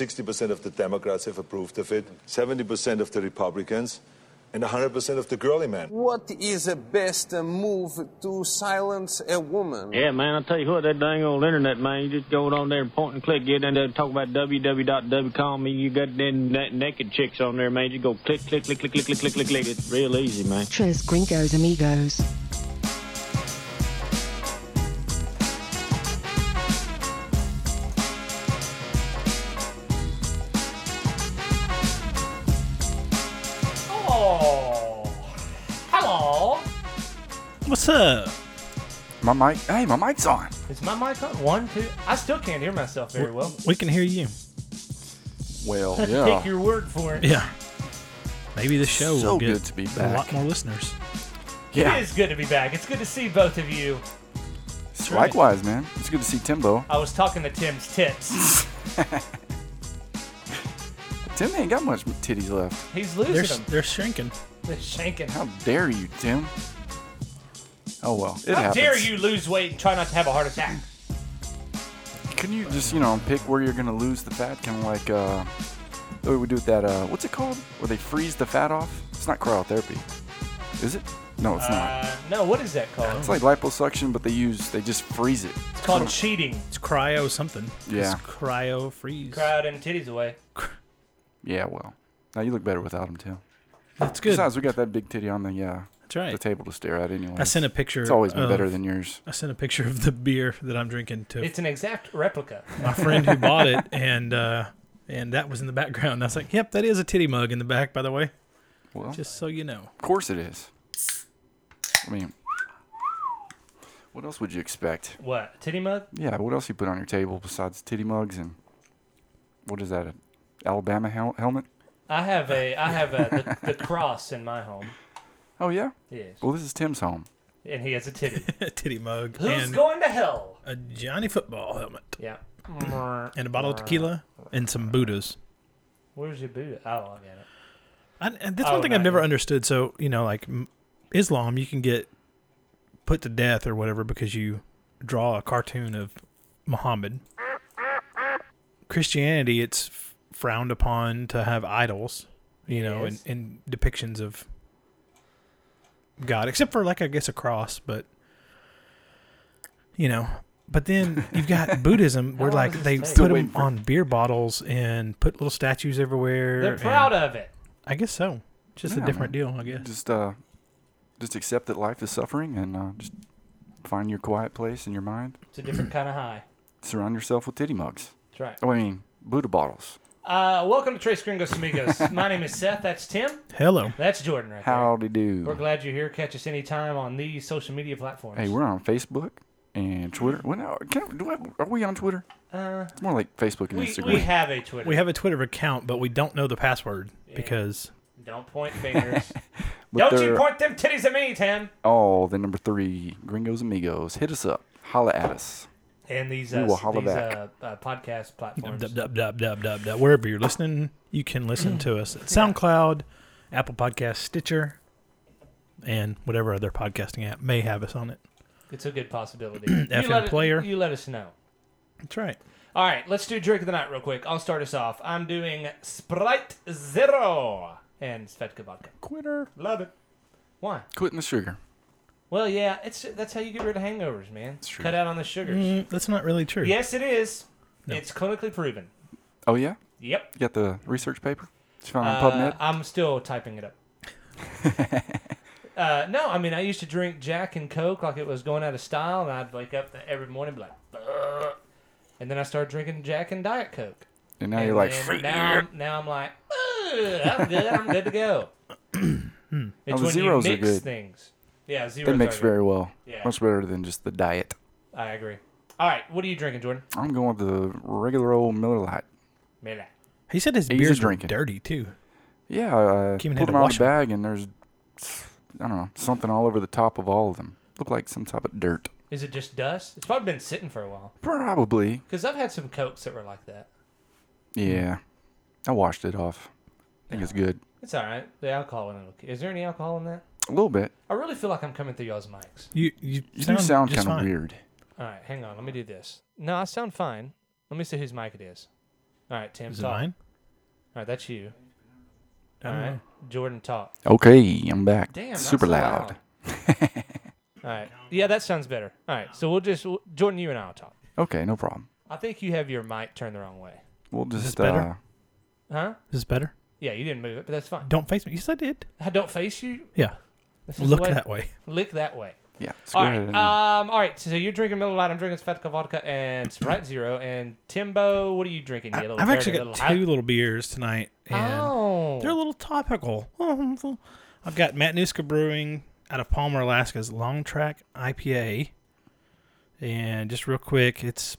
60% of the Democrats have approved of it, 70% of the Republicans, and 100% of the girly men. What is the best uh, move to silence a woman? Yeah, man, I tell you what, that dang old internet, man, you just go on there and point and click, get in there and talk about www.wcom, and you got them na- naked chicks on there, man. You go click, click, click, click, click, click, click, click, click. It's real easy, man. Tres Gringos Amigos. Oh, hello. What's up? My mic. Hey, my mic's on. Is my mic on? One, two. I still can't hear myself very well. We can hear you. Well, Take yeah. your word for it. Yeah. Maybe the show So will get good to be a lot back. more listeners. It Yeah. is good to be back. It's good to see both of you. It's Likewise, man. It's good to see Timbo. I was talking to Tim's tits. Tim ain't got much titties left. He's They're, losing s- them. they're shrinking. They're shanking. How dare you, Tim? Oh well. It How happens. dare you lose weight and try not to have a heart attack? Can you just you know pick where you're gonna lose the fat? Kind of like uh, the way we do with that. Uh, what's it called? Where they freeze the fat off? It's not cryotherapy, is it? No, it's not. Uh, no, what is that called? It's like liposuction, but they use they just freeze it. It's called cheating. It's cryo something. Yeah. It's cryo freeze. Crowd and titties away. Yeah, well, now you look better without them too. That's good. Besides, we got that big titty on the yeah That's right. the table to stare at anyway. I sent a picture. It's always been of- better than yours. I sent a picture of the beer that I'm drinking to It's an exact replica. my friend who bought it, and uh, and that was in the background. And I was like, "Yep, that is a titty mug in the back, by the way." Well, Just so you know. of course it is. I mean, what else would you expect? What? Titty mug? Yeah, what else you put on your table besides titty mugs and what is that? An Alabama hel- helmet? I have a I have a the, the cross in my home. Oh yeah. Yes. Well, this is Tim's home. And he has a titty. a titty mug Who's and going to hell? a Johnny football helmet Yeah. and a bottle of tequila Uh, and some Buddhas. Where's your boot? Oh, I get it. I, and that's Oh, one thing I've not never yet. understood. So you know, like m- Islam, you can get put to death or whatever because you draw a cartoon of Muhammad. Christianity, it's f- frowned upon to have idols, you know, and, Yes. and depictions of God, except for like I guess a cross, but you know. But then you've got Buddhism, where long like does they this take? put Still them waiting for- on beer bottles and put little statues everywhere. They're and- proud of it. I guess so. Just Yeah, a different man. deal, I guess. Just uh, just accept that life is suffering and uh, just find your quiet place in your mind. It's a different kind of high. Surround yourself with titty mugs. That's right. Oh, I mean, Buddha bottles. Uh, welcome to Trace Gringos Amigos. My name is Seth. That's Tim. Hello. That's Jordan right there. Howdy We're do. glad you're here. Catch us anytime on these social media platforms. Hey, we're on Facebook and Twitter. When are, can, do I, are we on Twitter? uh, It's more like Facebook and we, Instagram. we have a Twitter. We have a Twitter account, but we don't know the password because Don't point fingers. But Don't you they're point them titties at me, Tim. all the number three Gringos Amigos. Hit us up. Holla at us. And these We uh, will holler these uh, back. uh, podcast platforms. dub, dub, dub, dub, dub, dub. wherever you're listening, you can listen to us at SoundCloud, Apple Podcast, Stitcher, and whatever other podcasting app may have us on it. It's a good possibility. You FM let it- player. You let us know. That's right. All right, let's do drink of the night real quick. I'll start us off. I'm doing Sprite Zero and Svetka vodka. Quitter. Love it. Why? Quitting the sugar. Well, yeah, it's that's how you get rid of hangovers, man. true. Cut out on the sugars. Mm-hmm. Mm, that's not really true. Yes, it is. It's clinically proven. Oh, yeah? Yep. You got the research paper? It's found on Uh, PubMed? I'm still typing it up. uh, no, I mean I used to drink Jack and Coke like it was going out of style, and I'd wake up every morning and be like, "Ugh." and then I started drinking Jack and Diet Coke. And now And you're like, then now, I'm, now I'm like, "Ugh, I'm good. I'm good to go. Oh, it's the when zeros are you mix good. things. Yeah, zeros. that makes are very well. Yeah. Much better than just the diet. good. I agree. All right, what are you drinking, Jordan? I'm going with the regular old Miller Lite. Miller. He said his Easy beers were drinking. dirty too. Yeah, I Keeman had pulled to them out wash of 'em. the bag, and there's, I don't know, something all over the top of all of them. Looked like some type of dirt. Is it just dust? It's probably been sitting for a while. Probably. Because I've had some Cokes that were like that. Yeah. I washed it off. I think it's good. It's all right. The alcohol in it. Is there any alcohol in that? A little bit. I really feel like I'm coming through y'all's mics. You you, You do sound just kind of fine. weird. All right, hang on. Let me do this. No, I sound fine. Let me see whose mic it is. All right, Tim, Is it talk. mine? All right, that's you. I All don't right, know. Jordan, talk. Okay, I'm back. Damn, that's super so loud. All right, yeah, that sounds better. All right, so we'll just we'll- Jordan, you and I will talk. Okay, no problem. I think you have your mic turned the wrong way. We'll just this better? uh, Huh? Is this better? Yeah, you didn't move it, but that's fine. Don't face me. Yes, I did. I don't face you. Yeah. This is the Look that way. Lick that way. yeah. let's All go right. ahead and- Um. All right. So you're drinking Miller Lite. I'm drinking Svedka vodka and Sprite Zero. And Timbo, what are you drinking? You I- little I've actually dirty got little- two little beers tonight, and Oh. they're a little topical. I've got Matanuska Brewing out of Palmer, Alaska's Long Track IPA, and just real quick, it's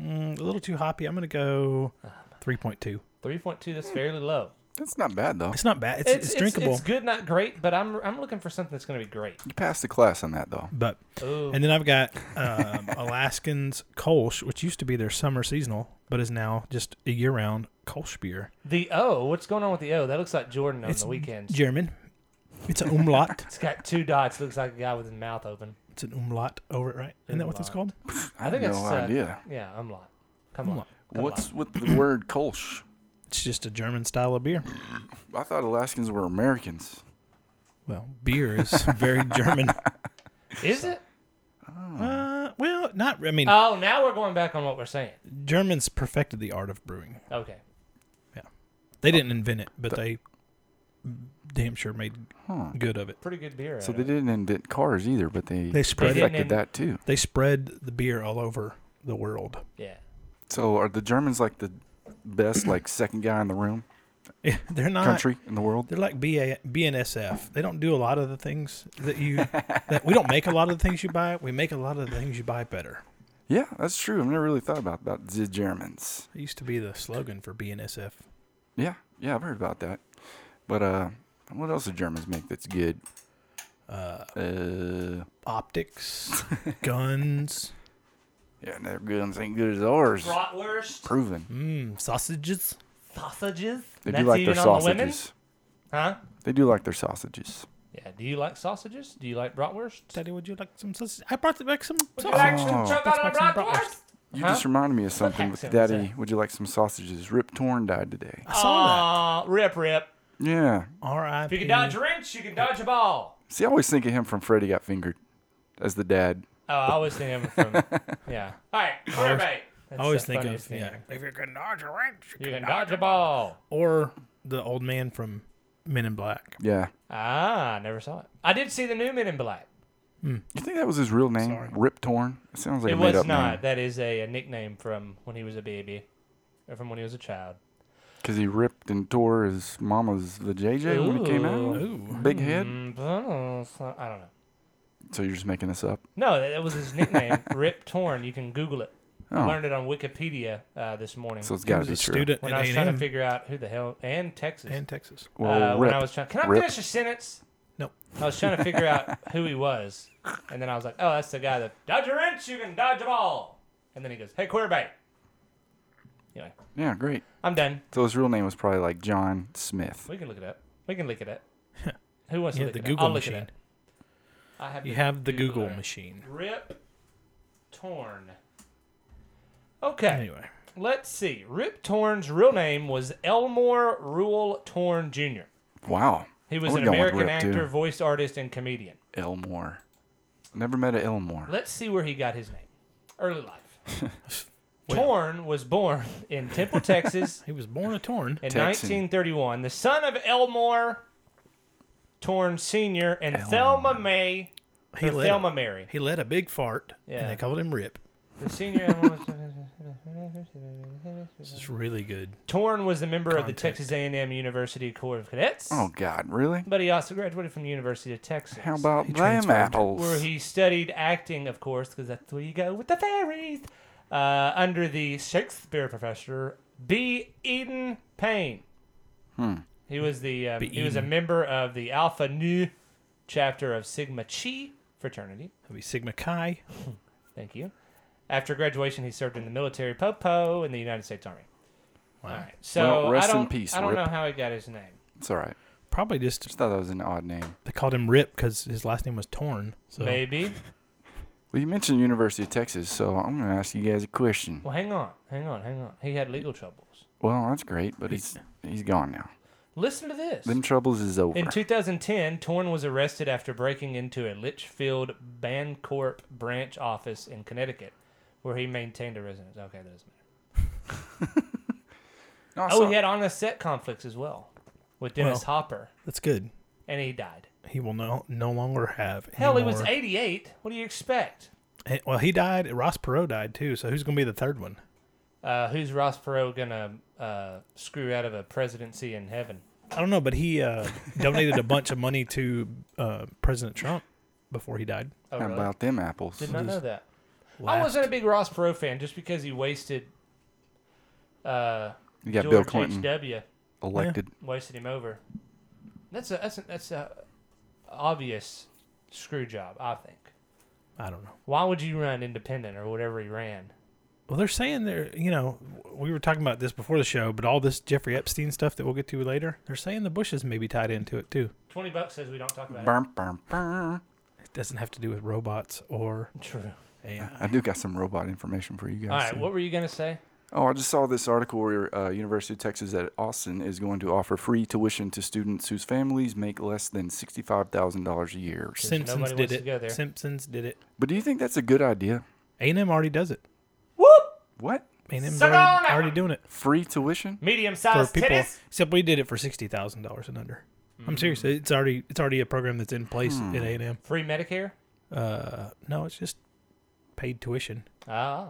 mm, a little too hoppy. I'm gonna go 3.2. Three point two. That's fairly low. that's not bad though. It's not bad. It's, it's, drinkable, It's, good, not great. But I'm I'm looking for something that's going to be great. You passed the class on that though. but Ooh. and then I've got um, Alaskans Kolsch, which used to be their summer seasonal, but is now just a year-round Kolsch beer. The O. What's going on with the O? That looks like Jordan on It's the weekends. German. It's an umlaut. it's got two dots. Looks like a guy with his mouth open. It's an umlaut over it, right? Isn't that what that's called? I, think have it's, no uh, idea. Yeah. I'm lot. Come on. What's with the word Kolsch? It's just a German style of beer. I thought Alaskans were Americans. Well, beer is very German. Is it? Uh, well, not. I mean, Oh, now we're going back on what we're saying. Germans perfected the art of brewing. Okay. They didn't invent it, but they damn sure made good of it. Pretty good beer. So out they of it. didn't invent cars either, but they, They spread it. perfected Didn't- that too. They spread the beer all over the world. Yeah. So are the Germans like the best, like second guy in the room, Yeah, They're not. country in the world? They're like BA, BNSF. They don't do a lot of the things that you. that we don't make a lot of the things you buy. We make a lot of the things you buy better. Yeah, that's true. I've never really thought about that. The Germans. It used to be the slogan for BNSF. Yeah, yeah, I've heard about that. But uh, what else do Germans make that's good? Uh, Optics, guns, yeah, their guns ain't good as ours. Bratwurst. Proven. mm, sausages. Sausages. They That's do like even their on the women? sausages. Huh? They do like their sausages. Yeah. Do you like sausages? Do you like bratwurst? Daddy, would you like some sausage? I brought back some sausage. You Huh? just reminded me of something with accent was Daddy. Would you like some sausages? Rip Torn died today. I saw Aw, Uh, rip, rip. Mm. Yeah. that. R.I.P. If you can dodge a wrench, you can dodge a ball. See, I always think of him from Freddy Got Fingered as the dad. Oh, I always think of him from. Yeah. All right, quarterback. I always think of thing. yeah. If you can dodge a wrench, You can dodge a ball. or the old man from Men in Black. Yeah. Ah, never saw it. I did see the new Men in Black. You think that was his real name? Rip Torn? It sounds like It a made was up not. That is a, a nickname from when he was a baby, or from when he was a child. Because he ripped and tore his mama's the JJ when it came out. Ooh. Big head. Mm, but I don't know. I don't know. So you're just making this up. No, that, that was his nickname, Rip Torn. You can Google it. I Oh. learned it on Wikipedia uh, this morning So it's He got was to be a true. student when at I was trying to A&M figure out who the hell and Texas. and Texas. Well, uh, rip. when I was trying, can I Rip. finish a sentence? Nope. I was trying to figure out who he was, and then I was like, oh, that's the guy that dodge a wrench, you can dodge a ball, and then he goes, hey quarterback. Anyway, Yeah, great. I'm done. So his real name was probably like John Smith. We can look it up. We can look it up. Who wants You to look have the it up? Google I'll look it machine. up. I have You the have the Google Googler. machine. Rip Torn. Okay. Anyway, Let's see. Rip Torn's real name was Elmore Rule Torn Jr. Wow. He was We're an going with American Rip, too. actor, voice artist, and comedian. Elmore. Never met a Elmore. Let's see where he got his name. Early life. Torn was born in Temple, Texas he was born a torn. in Texan. 1931, the son of Elmore Torn Sr. and Thelma May. He or let Thelma a, Mary. he let a big fart, Yeah. and they called him Rip. The senior Elmore. This is really good. Torn was a member of the Context. Texas A&M University Corps of Cadets. Oh, God. Really? But he also graduated from the University of Texas. How about them transferred. apples? Where he studied acting, of course, because that's where you go with the fairies. Uh, under the Shakespeare professor B. Eden Payne. Hmm. He was the um, B. he was a Eden. member of the Alpha Nu chapter of Sigma Chi fraternity. That'd be Sigma Chi. Thank you. After graduation, he served in the military popo in the United States Army. Wow. All right. So Well, rest I in don't, peace, I don't Rip. know how he got his name. It's all right. Probably just Just thought that was an odd name. they called him Rip because his last name was Torn. So Maybe. Well, you mentioned University of Texas, so I'm going to ask you guys a question. Well, hang on, hang on, hang on. He had legal troubles. Well, that's great, but he's he's gone now. Listen to this. Them troubles is over. In 2010, Torn was arrested after breaking into a Litchfield Bancorp branch office in Connecticut, where he maintained a residence. Okay, that doesn't matter. No, I Oh, saw- he had honest set conflicts as well with Dennis Well. Hopper, That's good. and he died. He will no no longer have. any Hell, he was more- 88. What do you expect? Eh, Well, he died. Ross Perot died too. So who's going to be the third one? Uh, who's Ross Perot gonna uh, screw out of a presidency in heaven? I don't know, but he uh, donated a bunch of money to uh, President Trump before he died. Oh, How really? about them apples? Did not know that. I Last- wasn't a big Ross Perot fan just because he wasted. Uh, You got George Bill Clinton H.W. elected. wasted him over. That's a that's a, that's a obvious screw job, I think. I don't know. Why would you run independent or whatever he ran? Well, they're saying they're, you know, we were talking about this before the show, but all this Jeffrey Epstein stuff that we'll get to later, they're saying the Bushes may be tied into it too. Twenty bucks says we don't talk about Burm, burm, burm. It doesn't have to do with robots or it. True. AI. I do got some robot information for you guys. All right, too. what were you gonna say? Oh, I just saw this article where uh, University of Texas at Austin is going to offer free tuition to students whose families make less than sixty-five thousand dollars a year. Simpsons nobody did wants to go it. there. Simpsons did it. But do you think that's a good idea? A&M already does it. What A&M's Suck on already, it! already doing it free tuition? Medium for sized people. tennis. Except we did it for sixty thousand dollars and under. I'm serious. Mm. It's already it's already a program that's in place at A&M. Free Medicare. Uh, no, it's just paid tuition. Ah.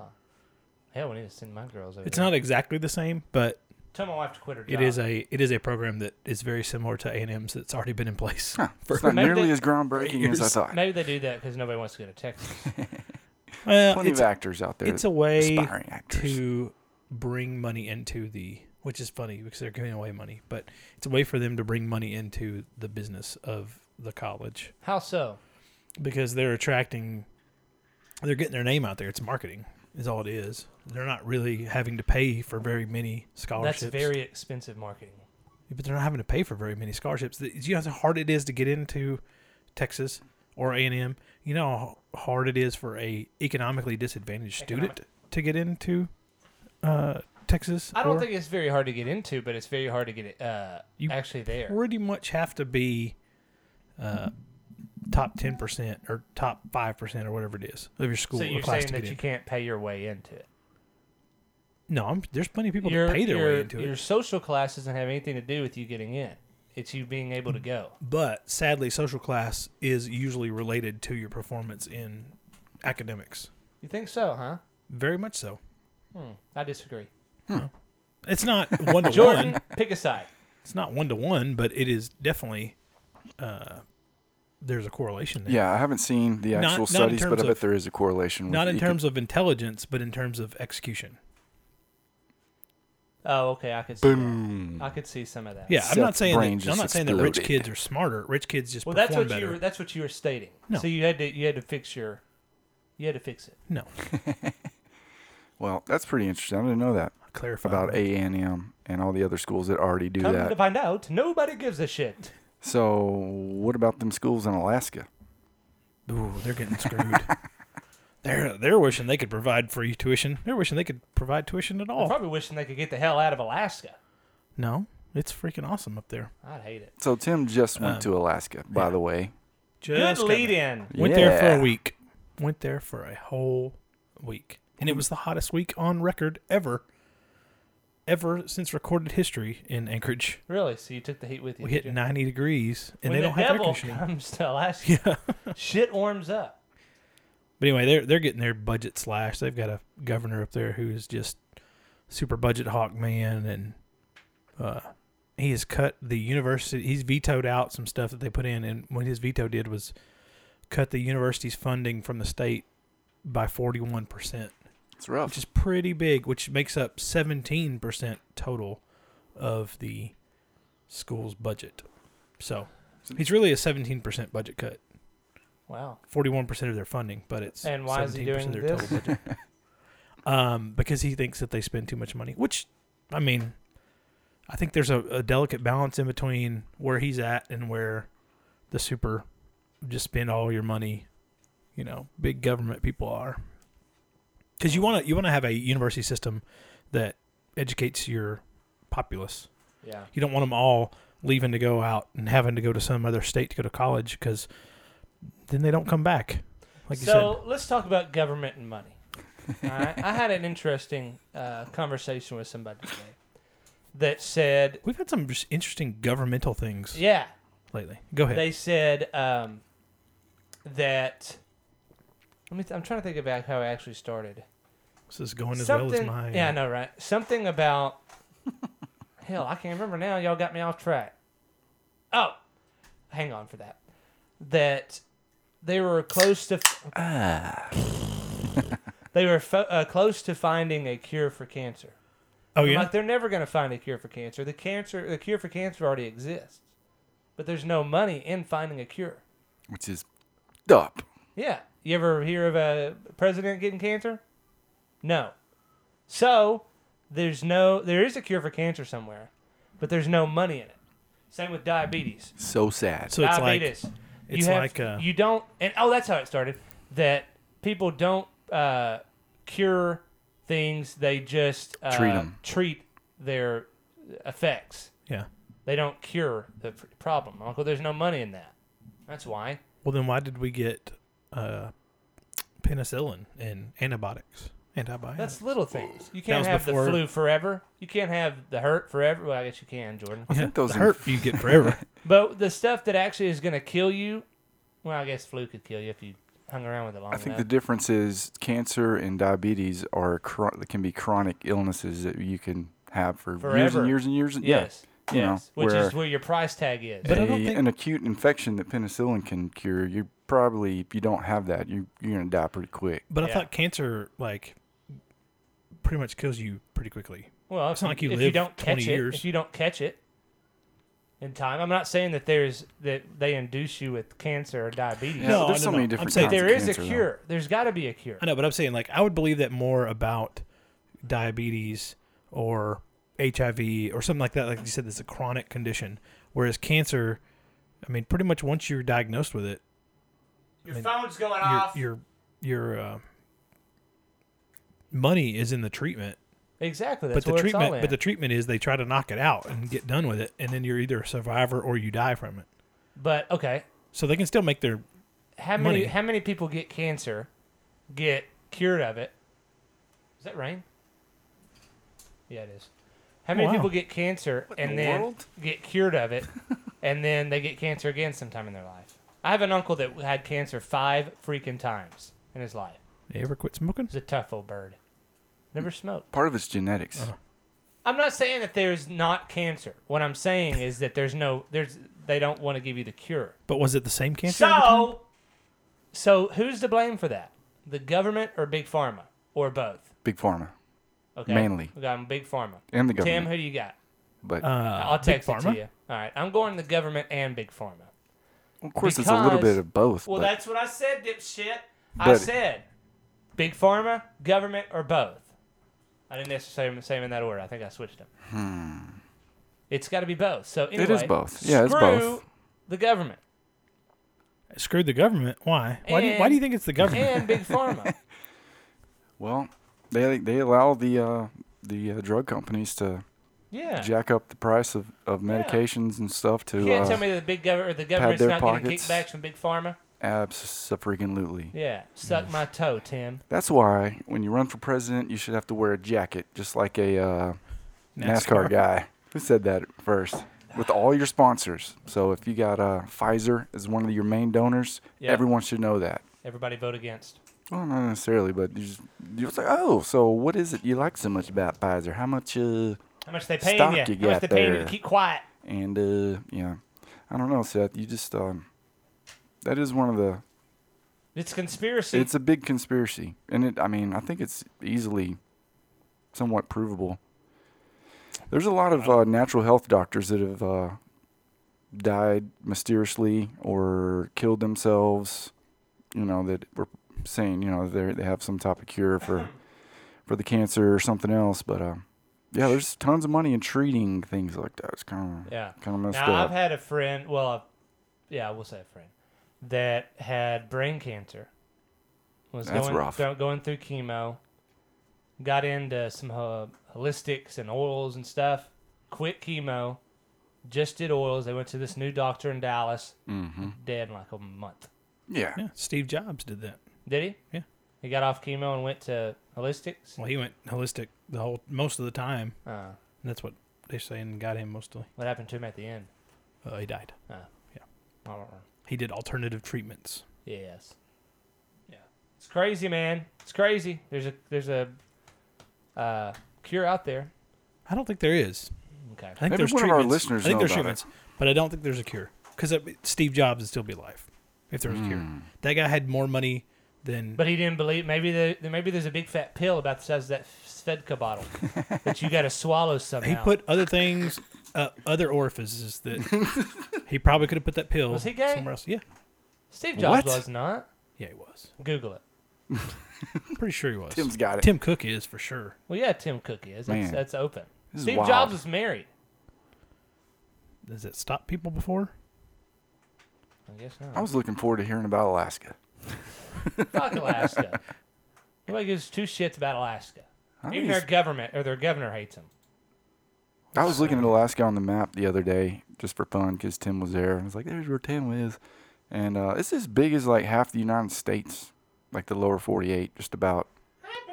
Hell, we need to send my girls over. It's there. not exactly the same, but Tell my wife to quit her job. It is a it is a program that is very similar to A and M's that's already been in place. It's not Maybe nearly they- as groundbreaking as I thought. Maybe they do that because nobody wants to go to Texas. Well, Plenty it's, of actors out there. it's a way aspiring actors. to bring money into the which is funny because they're giving away money, but it's a way for them to bring money into the business of the college How so? because they're attracting they're getting their name out there. It's marketing is all it is. They're not really having to pay for very many scholarships. That's very expensive marketing. but they're not having to pay for very many scholarships. The- You know how hard it is to get into Texas or A and M. You know how hard it is for a economically disadvantaged student to get into uh, Texas. I don't or think it's very hard to get into, but it's very hard to get uh, You- actually there. pretty much have to be uh, top ten percent or top five percent or whatever it is of your school So or you're class saying to that get you in. can't pay your way into it. No, I'm, there's plenty of people your, that pay their your, way into your it. social class doesn't have anything to do with you getting in. It's you being able to go. But sadly, social class is usually related to your performance in academics. You think so, huh? Very much so. I disagree. It's not one to one. Jordan, pick a side. It's not one to one, but it is definitely uh, there's a correlation there. Yeah, I haven't seen the Not- actual not in studies, but terms I bet of- there is a correlation. With Not in eco- terms of intelligence, but in terms of execution. Oh, okay. I could see. That. I could see some of that. Yeah, I'm not saying Self-brain that, I'm just not saying that rich exploded. kids are smarter. Rich kids just Well, that's perform what better. you were, that's what you were stating. No. So you had to you had to fix your you had to fix it. No, Well, that's pretty interesting. I didn't know that clarify about A and M and all the other schools that already do Come that. to find out, nobody gives a shit. So, what about them schools in Alaska? Ooh, they're getting screwed. they're they're wishing they could provide free tuition. They're wishing they could provide tuition at I'm all. probably wishing they could get the hell out of Alaska. No, it's freaking awesome up there. I'd hate it. So Tim just Um, went to Alaska, by the way. Just Good got lead back. in. Went there for Yeah. a week. Went there for a whole week. And it was the hottest week on record ever, ever since recorded history in Anchorage. Really? So you took the heat with you? We did hit you? 90 degrees and when they the don't have air devil conditioning. comes to Alaska, shit warms up. But anyway, they're they're getting their budget slashed. They've got a governor up there who is just super budget hawk man, and uh, he has cut the university. He's vetoed out some stuff that they put in, and what his veto did was cut the university's funding from the state by forty one percent, It's rough. which is pretty big, which makes up seventeen percent total of the school's budget. So he's really a seventeen percent budget cut. Wow. Forty-one percent of their funding, but it's And why is he 17% of doing their this? total budget. um, because he thinks that they spend too much money. Which, I mean, I think there's a, a delicate balance in between where he's at and where the super just spend all your money. You know, big government people are because you want to you want to have a university system that educates your populace. Yeah. You don't want them all leaving to go out and having to go to some other state to go to college because then they don't come back. Like you said. so let's talk about government and money. All right? I had an interesting uh, conversation with somebody today that said, We've had some just interesting governmental things yeah, lately. Go ahead. they said um, that. Let me. Th- I'm trying to think about how it actually started. this is going as uh, well Something. as mine. yeah, I know, right? Something about. hell, I can't remember now. Y'all got me off track. Oh, hang on for that. That they were close to. they were fo- uh, close to finding a cure for cancer. Oh I'm yeah. Like they're never going to find a cure for cancer. The cancer, the cure for cancer already exists, but there's no money in finding a cure. which is up. Yeah. You ever hear of a president getting cancer? No. So there's no there is a cure for cancer somewhere, but there's no money in it. Same with diabetes. So sad. so it's like diabetes. you it's have, like, uh, you don't and oh that's how it started. That people don't uh, cure things; they just uh, Treat 'em. Treat their effects. yeah. They don't cure the pr- problem. Uncle, there's no money in that. That's why. Well then, why did we get uh, penicillin and antibiotics? Antibiotics. That's little things. You can't was have before- the flu forever. You can't have the hurt forever. Well, I guess you can, Jordan. yeah, think those the are- hurt you get forever. But the stuff that actually is going to kill you, well, I guess flu could kill you if you hung around with it long I think the enough. difference is cancer and diabetes are chro- can be chronic illnesses that you can have for years Forever. and years and years. And, yes. Yeah, you yes. know, Which where is where your price tag is. But I a, don't think- an acute infection that penicillin can cure, you probably if you don't have that, you you're gonna die pretty quick. But I Yeah. thought cancer like pretty much kills you pretty quickly. well, It's if, not like you if live don't 20 catch years. it, if you don't catch it in time, I'm not saying that there's that they induce you with cancer or diabetes. Yeah, No, but there's no, so no. many I'm different saying kinds there of is a cancer, though. cure. There's got to be a cure. I know, but I'm saying like I would believe that more about diabetes or HIV or something like that. Like you said, it's a chronic condition. Whereas cancer, I mean, pretty much once you're diagnosed with it, Your phone's going your your your uh, money is in the treatment. Exactly. That's but the where it's all treatment, in. but the treatment is they try to knock it out and get done with it, and then you're either a survivor or you die from it. but okay, So they can still make their How many Money. how many people get cancer, get cured of it? Is that rain? Yeah, it is. How many Wow. people get cancer and the then world? get cured of it, and then they get cancer again sometime in their life? I have an uncle that had cancer five freaking times in his life. they ever quit smoking. He's a tough old bird. Never smoked. Part of it's genetics. Uh-huh. I'm not saying that there's not cancer. What I'm saying is that there's no there's they don't want to give you the cure. But was it the same cancer? every time? So, so who's to blame for that? The government or big pharma or both? Big pharma Okay, Mainly. we got big pharma. and the Tim, government. who do you got? but I'll Uh, Big text it to Pharma? you. All right, I'm going to the government and big pharma. of course, it's a little because- bit of both. Well, but that's what I said, dipshit. I But- said big pharma, government, or both. I didn't necessarily say them in that order. I think I switched them. Hmm. It's got to be both. So anyway, is both. Yeah, it's screw both. The government Screw the government. Why? Why do you, Why do you think it's the government? and big pharma. well, they they allow the uh, the uh, drug companies to Yeah. jack up the price of, of medications and stuff to You can't uh, tell me that the big government or the government's their not getting pockets. kickbacks from big pharma. Absolutely. Yeah, Mm. suck my toe, Tim. That's why when you run for president, you should have to wear a jacket, just like a uh, NASCAR. NASCAR. guy. Who said that first? With all your sponsors. So if you got uh, Pfizer as one of your main donors, Yeah. everyone should know that. Everybody vote against. Well, not necessarily, but you just, you're just like, oh, so what is it you like so much about Pfizer? How much, uh, How much they paying Stock you? you How much got they paying you there. to keep quiet? and, uh, yeah. I don't know, Seth. You just, um, that is one of the, It's conspiracy. it's a big conspiracy. And it, I mean, I think it's easily somewhat provable. There's a lot of uh, natural health doctors that have uh, died mysteriously or killed themselves, you know, that were saying, you know, they they have some type of cure for for the cancer or something else, but um yeah, there's tons of money in treating things like that. It's kind of yeah. kind of messed Now up. I've had a friend. Well, I've, yeah, I will say a friend that had brain cancer. Was That's going, rough. go- going through chemo. Got into some uh, holistics and oils and stuff. quit chemo, just did oils. They went to this new doctor in Dallas, Mm-hmm. dead in like a month. Yeah. Yeah, Steve Jobs did that. Did he? Yeah. He got off chemo and went to holistics. Well, he went holistic the whole most of the time. Uh, And that's what they're saying got him mostly. what happened to him at the end? Uh, he died. I don't know. He did alternative treatments. Yes. Yeah. It's crazy, man. It's crazy. There's a there's a uh, cure out there. I don't think there is. Okay. I think Maybe there's one of our treatments. listeners I think know there's about treatments, but I don't think there's a cure because Steve Jobs would still be alive if there was a Hmm. cure. That guy had more money than. But he didn't believe. Maybe the, maybe there's a big fat pill about the size of that Svedka bottle that you got to swallow somehow. he put other things, uh, other orifices that he probably could have put that pill Was he gay? somewhere else. Yeah, Steve Jobs What? was not. yeah, he was. Google it. I'm pretty sure he was. Tim's got it. Tim Cook is for sure. Well, yeah, Tim Cook is. That's, Man. that's open. This is Steve wild. Jobs was married. Does it stop people before? I guess I not. was looking forward to hearing about Alaska. Fuck Alaska. Nobody gives two shits about Alaska. I Even was, their government or their governor hates him. I was looking at Alaska on the map the other day just for fun because Tim was there. I was like, "There's where Tim is," and uh, it's as big as like half the United States, like the lower 48, just about.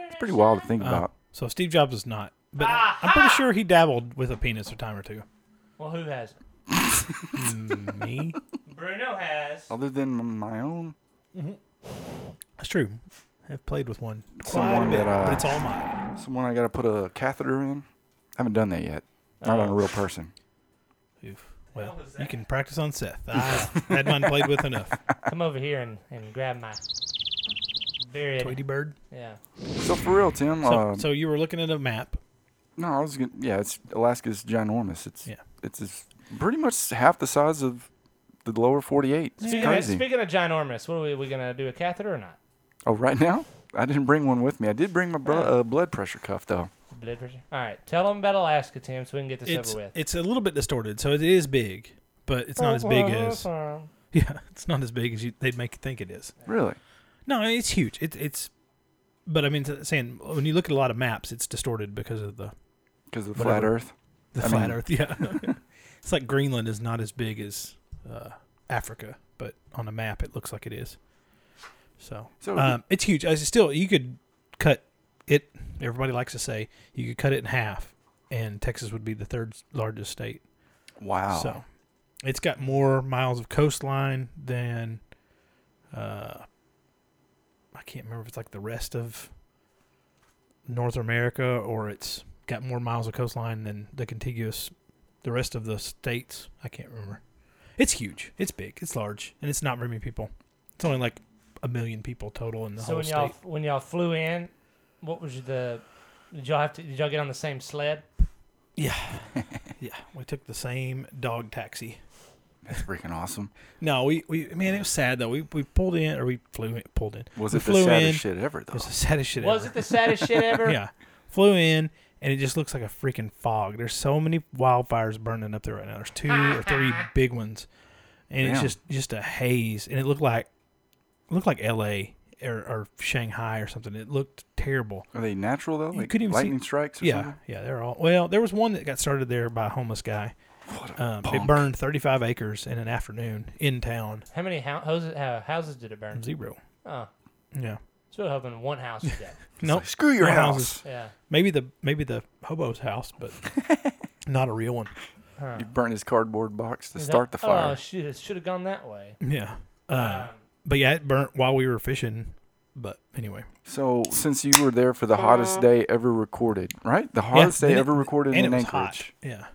It's pretty wild to think Uh. about. So Steve Jobs was not. But I- I'm pretty sure he dabbled with a penis a time or two. Well, who hasn't? Me? Bruno has. Other than my own, That's true. I've played with one quite a Someone bit, that, uh, but it's all mine. someone I got to put a catheter in. I haven't done that yet. Not on a Oh. real person. Oof. Well, you can practice on Seth. I had mine played with enough. Come over here and, and grab my. Bury it. Tweety bird. Yeah. So for real, Tim. So, uh, so you were looking at a map. No, I was gonna. Yeah, it's Alaska's ginormous. It's Yeah. it's as- pretty much half the size of the lower 48. It's Speaking of, crazy. speaking of ginormous, what are we, we going to do a catheter or not? oh, right now, I didn't bring one with me. I did bring my bro- uh, blood pressure cuff though. Blood pressure. All right. Tell them about Alaska, Tim, so we can get this It's over with. it's a little bit distorted, so it is big, but it's not as big as yeah, it's not as big as you, they'd make you think it is. Really? No, it's huge. It, it's, but I mean, t- saying when you look at a lot of maps, it's distorted because of the Because of the flat Whatever. Earth. the I flat mean- Earth. Yeah, it's like Greenland is not as big as uh, Africa, but on a map it looks like it is. So, So- um, it's huge. I still you could cut it. Everybody likes to say you could cut it in half, and Texas would be the third largest state. Wow. So, it's got more miles of coastline than uh, I can't remember if it's like the rest of North America or it's got more miles of coastline than the contiguous the rest of the states. I can't remember. It's huge. It's big. It's large, and it's not very many people. It's only like a million people total in the So whole when y'all state. when y'all flew in, what was the? Did y'all have to? Did y'all get on the same sled? Yeah, we took the same dog taxi. that's freaking awesome. No, we, we man, it was sad though. We we pulled in or we flew in, pulled in. Was we it the saddest shit ever It though? was the saddest shit Was ever. it the saddest shit ever? Yeah. Flew in and it just looks like a freaking fog. There's so many wildfires burning up there right now. There's two or three big ones. And it's Damn. just just a haze. And it looked like it looked like LA or, or Shanghai or something. It looked terrible. Are they natural though? You Like couldn't even see- lightning strikes or yeah. something? Yeah, they're all well, there was one that got started there by a homeless guy. What a Um, it punk. burned thirty five acres in an afternoon in town. How many hou- houses, uh, houses did it burn? Zero. Oh, Yeah. so hoping one house would go. No. Like, Screw your no house. Yeah. Maybe the maybe the hobo's house, but not a real one. You burnt his cardboard box to Is start that- the fire. Oh shoot! It should have gone that way. Yeah. Uh, but yeah, it burnt while we were fishing. But anyway, So, since you were there for the hottest day ever recorded, right? The Yeah, hottest day and it- ever recorded and in it was hot. Anchorage. Yeah,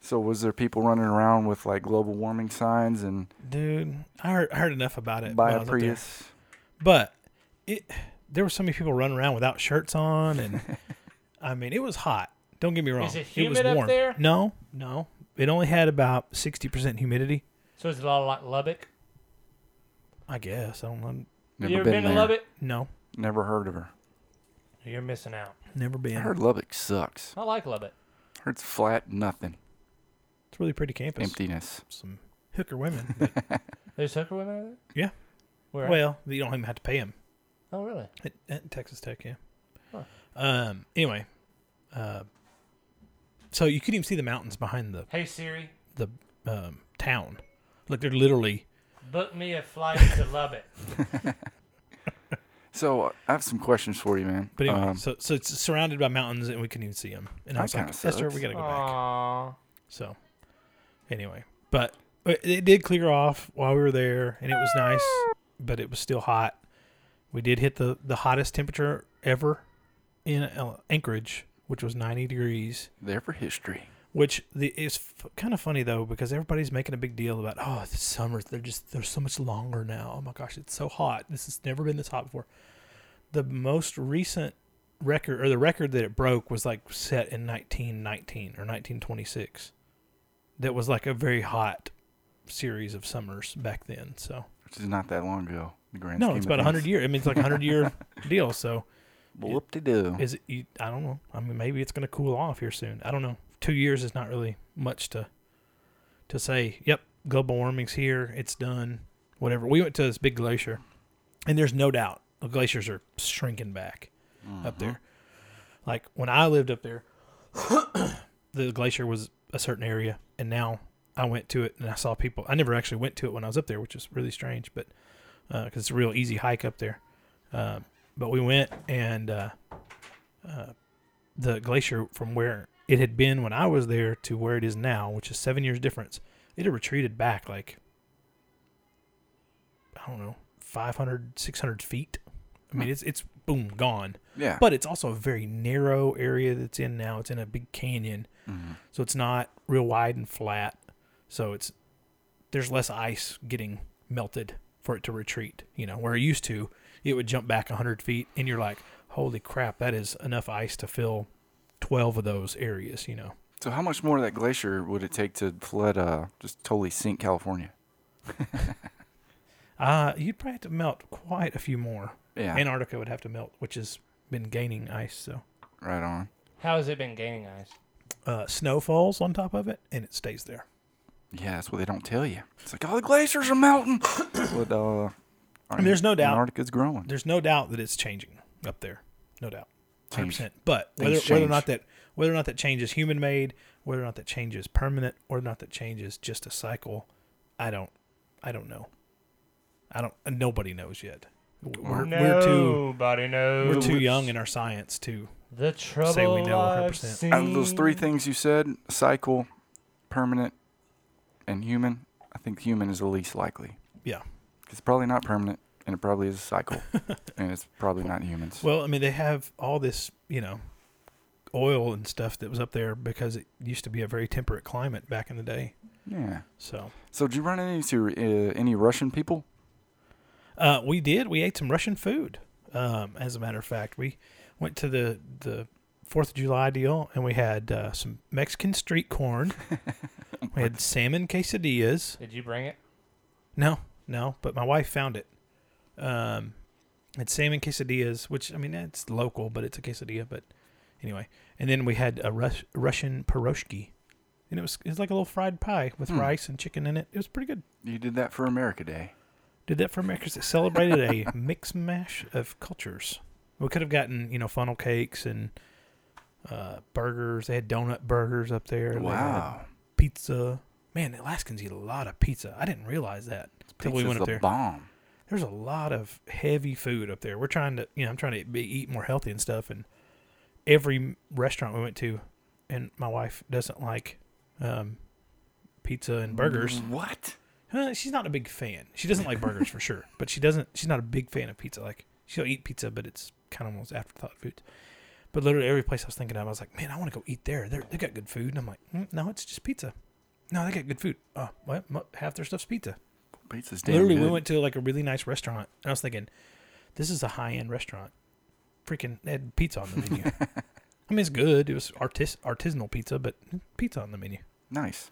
So, was there people running around with like global warming signs and dude, I heard I heard enough about it. buy while I a was up there. Prius? but it there were so many people running around without shirts on, and I mean, it was hot. Don't get me wrong. Is it was humid up warm. there? No, no. It only had about sixty percent humidity. So is it all like Lubbock? I guess I don't know. Never you ever been, to there. Lubbock? No, Never heard of her. You're missing out. never been. I heard Lubbock sucks. I like Lubbock. Heard it's flat, nothing, It's a really pretty campus. emptiness. Some hooker women. but- There's hooker women over there. yeah. Where? at? Well, you don't even have to pay them. Oh really? At, at Texas Tech, yeah. Um. Anyway, uh, So you couldn't even see the mountains behind the Hey Siri, the um, town. Like they're literally book me a flight to Lubbock. So uh, I have some questions for you, man. But anyway, Um, so so it's surrounded by mountains and we couldn't even see them. And I That was like, kinda Esther, sucks. we gotta go back. Aww. So anyway, but it it did clear off while we were there, and it was nice, but it was still hot. We did hit the the hottest temperature ever in uh, Anchorage, which was 90 degrees. there for history. Which the, is f- kind of funny though, because everybody's making a big deal about oh the summers they're just they're so much longer now. Oh my gosh, it's so hot. This has never been this hot before. The most recent record or the record that it broke was like set in 1919 or 1926. That was like a very hot series of summers back then. So Which is not that long ago. in The grand no, scheme it's of about a hundred things. year. I mean, it's like a hundred year deal. So Whoop-de-doo. is it? You, I don't know. I mean, maybe it's going to cool off here soon. I don't know. Two years is not really much to to say. Yep, global warming's here. It's done. Whatever. We went to this big glacier, and there's no doubt the glaciers are shrinking back up there. Like when I lived up there, the glacier was a certain area, and now I went to it and I saw people. I never actually went to it when I was up there, which is really strange, but because it's a real easy hike up there. Uh, but we went and uh, the glacier from where it had been when I was there to where it is now, which is seven years difference, it had retreated back like, I don't know, 500, 600 feet. I mean, it's, it's boom, gone. Yeah. But it's also a very narrow area that's in now. It's in a big canyon. Mm-hmm. So it's not real wide and flat. So it's, there's less ice getting melted for it to retreat. You know, where it used to, it would jump back 100 feet and you're like, holy crap, that is enough ice to fill 12 of those areas, you know. So how much more of that glacier would it take to flood, uh, just totally sink California? Uh, you'd probably have to melt quite a few more. Yeah. Antarctica would have to melt, which has been gaining ice. So Right on. How has it been gaining ice? uh, snow falls on top of it and it stays there. Yeah, that's what they don't tell you. It's like, oh, the glaciers are melting. but, uh, mean, there's no doubt- Antarctica's growing. There's no doubt that it's changing up there. No doubt. 100%. But Things whether, whether or change. not that whether or not that change is human made, whether or not that change is permanent, or not that change is just a cycle, I don't I don't know. I don't nobody knows yet. We're, we're too Nobody knows. we're too young in our science too. The trouble Say we know I've 100%. seen. Out of those three things you said, cycle, permanent, and human, I think human is the least likely. Yeah. It's probably not permanent, and it probably is a cycle. and it's probably not humans. Well, I mean, they have all this, you know, oil and stuff that was up there because it used to be a very temperate climate back in the day. yeah. So So did you run into uh, any Russian people? uh, we did. We ate some Russian food. Um, as a matter of fact, we went to the the Fourth of July deal, and we had uh, some Mexican street corn. we had salmon quesadillas. Did you bring it? No, no, but my wife found it. Um, it's salmon quesadillas, which I mean it's local, but it's a quesadilla. But anyway, and then we had a Rus- Russian pierogi, and it was it was like a little fried pie with rice and chicken in it. It was pretty good. You did that for America Day. Did that for Americans. It celebrated a mix mash of cultures. We could have gotten you know funnel cakes and uh, burgers. They had donut burgers up there. They had Wow. pizza. Man, the Alaskans eat a lot of pizza. I didn't realize that until we Pizza's went up the there bomb. there's a lot of heavy food up there. We're trying to, you know, I'm trying to be, eat more healthy and stuff. And every restaurant we went to, and my wife doesn't like um, pizza and Mm. burgers. What? Huh, she's not a big fan. She doesn't like burgers for sure, but she doesn't. She's not a big fan of pizza. Like she'll eat pizza, but it's kind of almost afterthought food. But literally every place I was thinking of, I was like, man, I want to go eat there. They're, they got good food. And I'm like, mm, no, it's just pizza. No, they got good food. Oh, what? Mo- Half their stuff's pizza Pizza's damn literally good. we went to like a really nice restaurant and i was thinking this is a high-end restaurant freaking they had pizza on the menu i mean it's good it was artis- artisanal pizza but pizza on the menu Nice.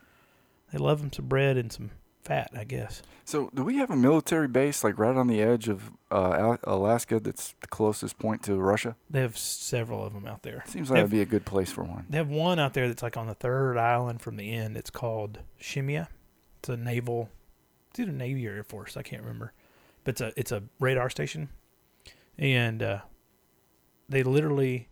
they love them some bread and some fat i guess So, do we have a military base like right on the edge of uh, Al- Alaska that's the closest point to Russia? they have several of them out there Seems they, like have, that'd be a good place for one. they have one out there that's like on the third island from the end it's called shimia it's a naval it's either navy or air force i can't remember but it's a it's a radar station and uh, they literally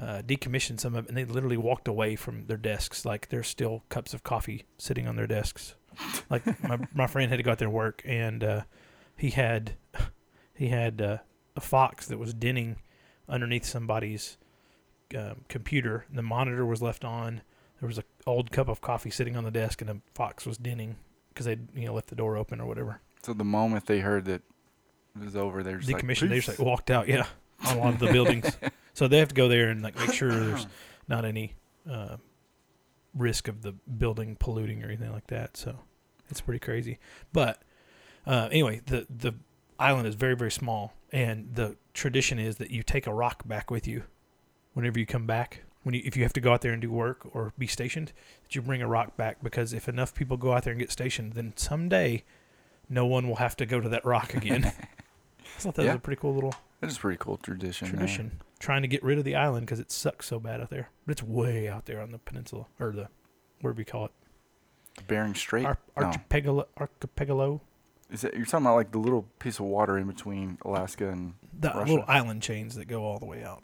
uh, decommissioned some of it, and they literally walked away from their desks. Like there's still cups of coffee sitting on their desks. Like my my friend had to go out there and work, and uh, he had he had uh, a fox that was denning underneath somebody's um, computer. The monitor was left on. There was an old cup of coffee sitting on the desk, and a fox was denning because they you know left the door open or whatever. So the moment they heard that it was over, they're just like, Decommissioned. they just "Peace." like walked out. Yeah, on a lot of the buildings. so they have to go there and like make sure there's not any uh, risk of the building polluting or anything like that. So it's pretty crazy. But uh, anyway, the the island is very very small, and the tradition is that you take a rock back with you whenever you come back. When you, if you have to go out there and do work or be stationed, that you bring a rock back because if enough people go out there and get stationed, then someday no one will have to go to that rock again. I thought that Yeah. was a pretty cool little that is a pretty cool tradition. there. tradition trying to get rid of the island because it sucks so bad out there. But it's way out there on the peninsula or the whatever you call it, Bering Strait. Ar- no. archipelago. archipelago. Is that you're talking about like the little piece of water in between Alaska and The Russia? little island chains that go all the way out.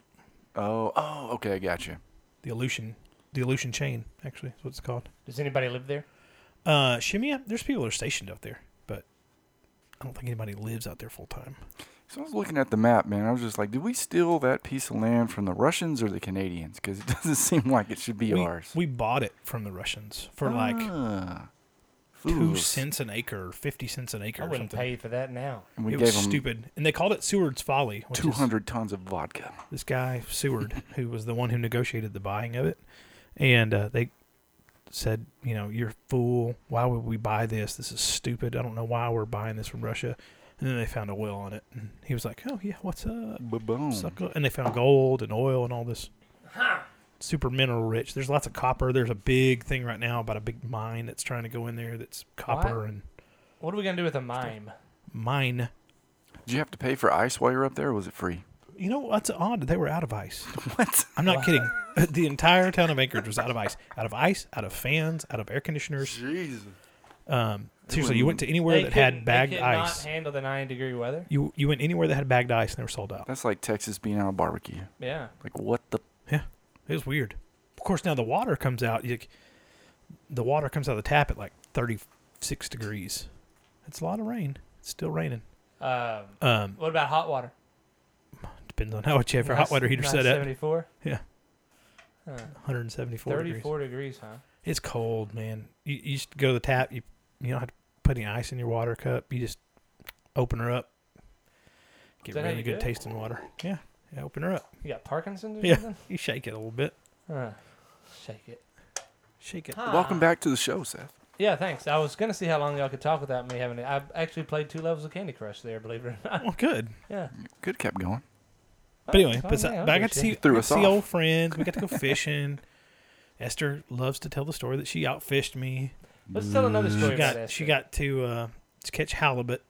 oh, oh, okay, I got you. The Aleutian, the Aleutian chain actually is what it's called. Does anybody live there? Uh, Shimia, there's people that are stationed out there, but I don't think anybody lives out there full time. So I was looking at the map, man. I was just like, did we steal that piece of land from the Russians or the Canadians? Because it doesn't seem like it should be We, ours. we bought it from the Russians for like Ah, two fools. cents an acre, or fifty cents an acre, I or wouldn't something. pay for that now. And we it gave was them stupid, and they called it Seward's Folly. which is- 200 tons of vodka. this guy Seward, who was the one who negotiated the buying of it, and uh, they said, you know, you're a fool. Why would we buy this? This is stupid. I don't know why we're buying this from Russia. And then they found a well on it, and he was like, oh yeah, what's up? Boom. Sucker. And they found gold and oil and all this super mineral rich. There's lots of copper. There's a big thing right now about a big mine that's trying to go in there that's copper and What are we gonna do with a mime? mine. Did you have to pay for ice while you were up there? Or was it free? You know what's odd? They were out of ice. What? I'm not kidding. The entire town of Anchorage was out of ice, out of ice, out of fans, out of air conditioners. Jeez. Seriously, you went to anywhere They that couldn't- had bagged they could ice. Not handle the nine degree weather. you you went anywhere that had bagged ice and they were sold out. That's like Texas being on a barbecue. Yeah. Like, what the? Yeah, it was weird. Of course, now the water comes out. You, the water comes out of the tap at like 36 degrees. It's a lot of rain. It's still raining. Um, Um, what about hot water? depends on how much you have your hot water heater set up. 74? Yeah, Huh. 174 degrees. 34 degrees, huh? It's cold, man. You, you just go to the tap. You you don't have to put any ice in your water cup. You just open her up. Get that how really you do good it? tasting water. Yeah. yeah, open her up. You got Parkinson's or Yeah, something? you shake it a little bit. Huh. Shake it. Shake it. Welcome back to the show, Seth. Yeah, thanks. I was gonna see how long y'all could talk without me having it. I actually played two levels of Candy Crush there, believe it or not. Well, good. Yeah. Good, kept going. But anyway, Oh, but, so- yeah, but I got to appreciate see, it. Threw got to us see off. old friends. We got to go fishing. Esther loves to tell the story that she outfished me. Let's tell another story She about got Esther. she got to uh, to catch halibut.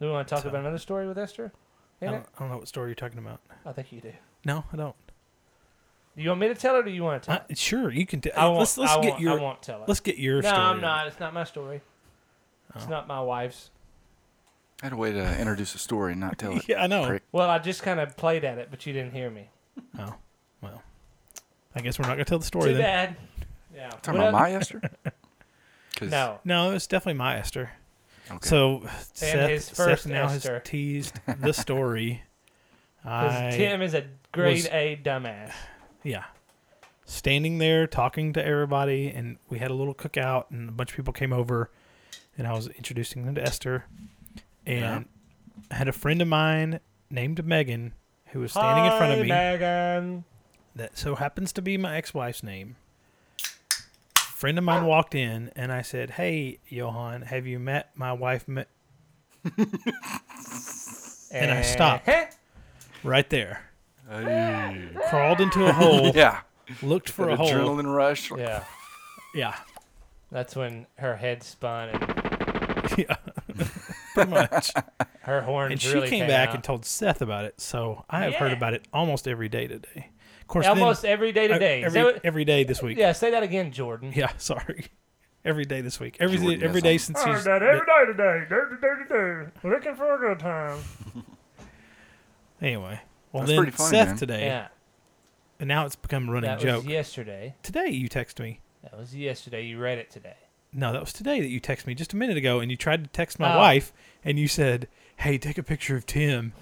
Do we want to talk about another story with Esther? I In it? don't, I don't know what story you're talking about. I think you do. No, I don't. Do you want me to tell it or do you want to tell Uh, it? sure, you can. T- I won't, let's let's I get won't, your I won't tell it. let's get your no, story. Oh. I'm not. It's not my story. It's not my wife's. I had a way to introduce a story and not tell it. Yeah, I know. prick. Well, I just kind of played at it, but you didn't hear me. Oh, well. I guess we're not going to tell the story Too then. bad. Yeah. Talking What about my Esther? 'Cause- No. No, it's definitely my Esther. Okay. So Seth, his Seth first now Esther. has teased the story. 'Cause I, Tim is a grade was- A dumbass. yeah. Standing there talking to everybody, and we had a little cookout, and a bunch of people came over, and I was introducing them to Esther, and I had a friend of mine named Megan who was standing in front of Hi, me. Megan. that so happens to be my ex-wife's name. Friend of mine walked in and I said, "Hey, Johan, have you met my wife?" Me-? And Eh, I stopped right there. Crawled into a hole, Yeah. looked for a An hole. adrenaline rush. like, Yeah. Yeah, That's when her head spun and yeah, pretty much. her horns And she really came back out. and told Seth about it. So I have heard Yeah. about it almost every day today. Of course, then- almost every day uh, today. Is every, that what- every day this week. yeah, say that again, Jordan. Yeah, sorry. Every day this week. Every Jordan day, every is day on- since he's day today, day day today, looking for a good time. Anyway, well That's then pretty funny, Seth man. today Yeah, and now it's become a running That joke. was yesterday. Today you text me. That was yesterday. You read it today. No, that was today that you text me just a minute ago, and you tried to text my Oh. wife, and you said, "Hey, take a picture of Tim,"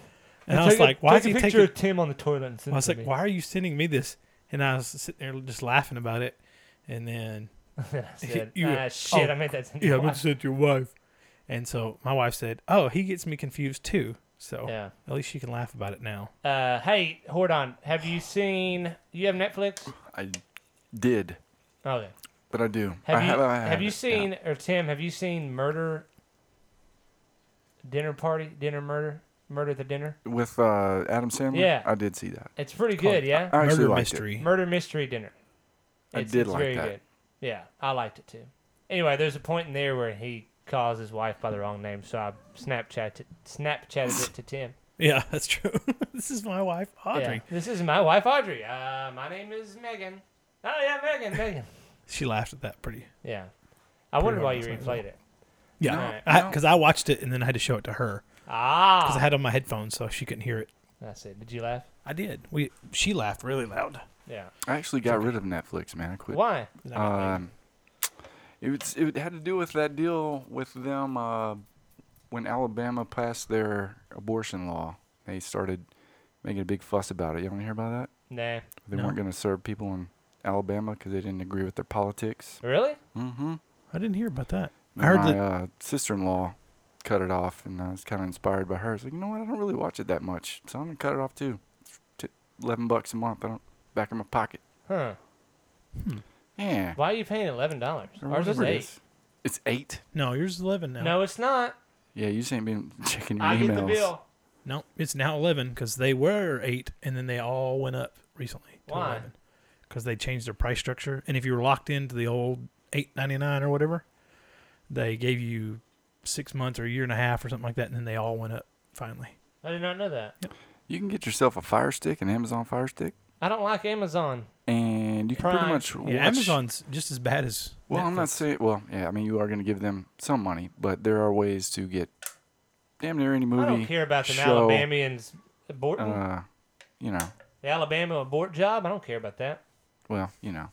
and I, was Take a- like, "Why take is he a picture taking?" of Tim on the toilet and send I was it like, to "Why are you sending me this?" And I was sitting there just laughing about it, and then me. I said, you- ah, shit, oh, I meant that. to yeah, your I'm gonna wife." send your wife. And so my wife said, "Oh, he gets me confused too." So Yeah. at least she can laugh about it now. Uh, hey, hold on. Have you seen? You have Netflix? Oh, I did, Okay. but I do. Have I you have, I have you it, seen Yeah. or Tim? Have you seen Murder? Dinner party, dinner murder, murder at the dinner. with uh, Adam Sandler? Yeah. I did see that. It's pretty good, yeah. I actually Murder liked mystery. It. Murder mystery dinner. I did like that. Yeah, I liked it too. Anyway, there's a point in there where he calls his wife by the wrong name, so I Snapchat Snapchatted it to Tim. Yeah, that's true. this is my wife, Audrey. Yeah. This is my wife Audrey. Uh, my name is Megan. Oh yeah, Megan, Megan. She laughed at that pretty. Yeah. I wondered why you hard to replayed it. Yeah, No, because I watched it and then I had to show it to her because Ah, I had on my headphones so she couldn't hear it. that's it. Did you laugh? I did. We she laughed really loud. Yeah. I actually got rid of Netflix, man. I quit. Why? Um, it was, it had to do with that deal with them uh, when Alabama passed their abortion law. They started making a big fuss about it. You don't hear about that? Nah. They weren't going to serve people in Alabama because they didn't agree with their politics. Really? Mm-hmm. I didn't hear about that. I And heard my that. uh, sister-in-law cut it off, and I was kind of inspired by her. I was like, you know what? I don't really watch it that much, so I'm gonna cut it off too. It's t- Eleven bucks a month. I don't back in my pocket. Huh. Yeah. Why are you paying eleven dollars? Or Ours is whatever it eight. is. It's eight. No, yours is eleven now. No, it's not. Yeah, you just ain't been checking your I emails. get the bill. No, it's now eleven because they were eight and then they all went up recently. To Why? Because they changed their price structure, and if you were locked into the old eight ninety nine or whatever, they gave you six months or a year and a half or something like that, and then they all went up finally. I did not know that. You can get yourself a Fire Stick, an Amazon Fire Stick, I don't like Amazon. and you can Prime. pretty much watch. Yeah, Amazon's just as bad as. Well, I'm not Netflix. saying. Well, yeah, I mean, you are going to give them some money, but there are ways to get damn near any movie. I don't care about them show, Alabamians aborting Uh, you know, the Alabama abort job. I don't care about that. well, you know,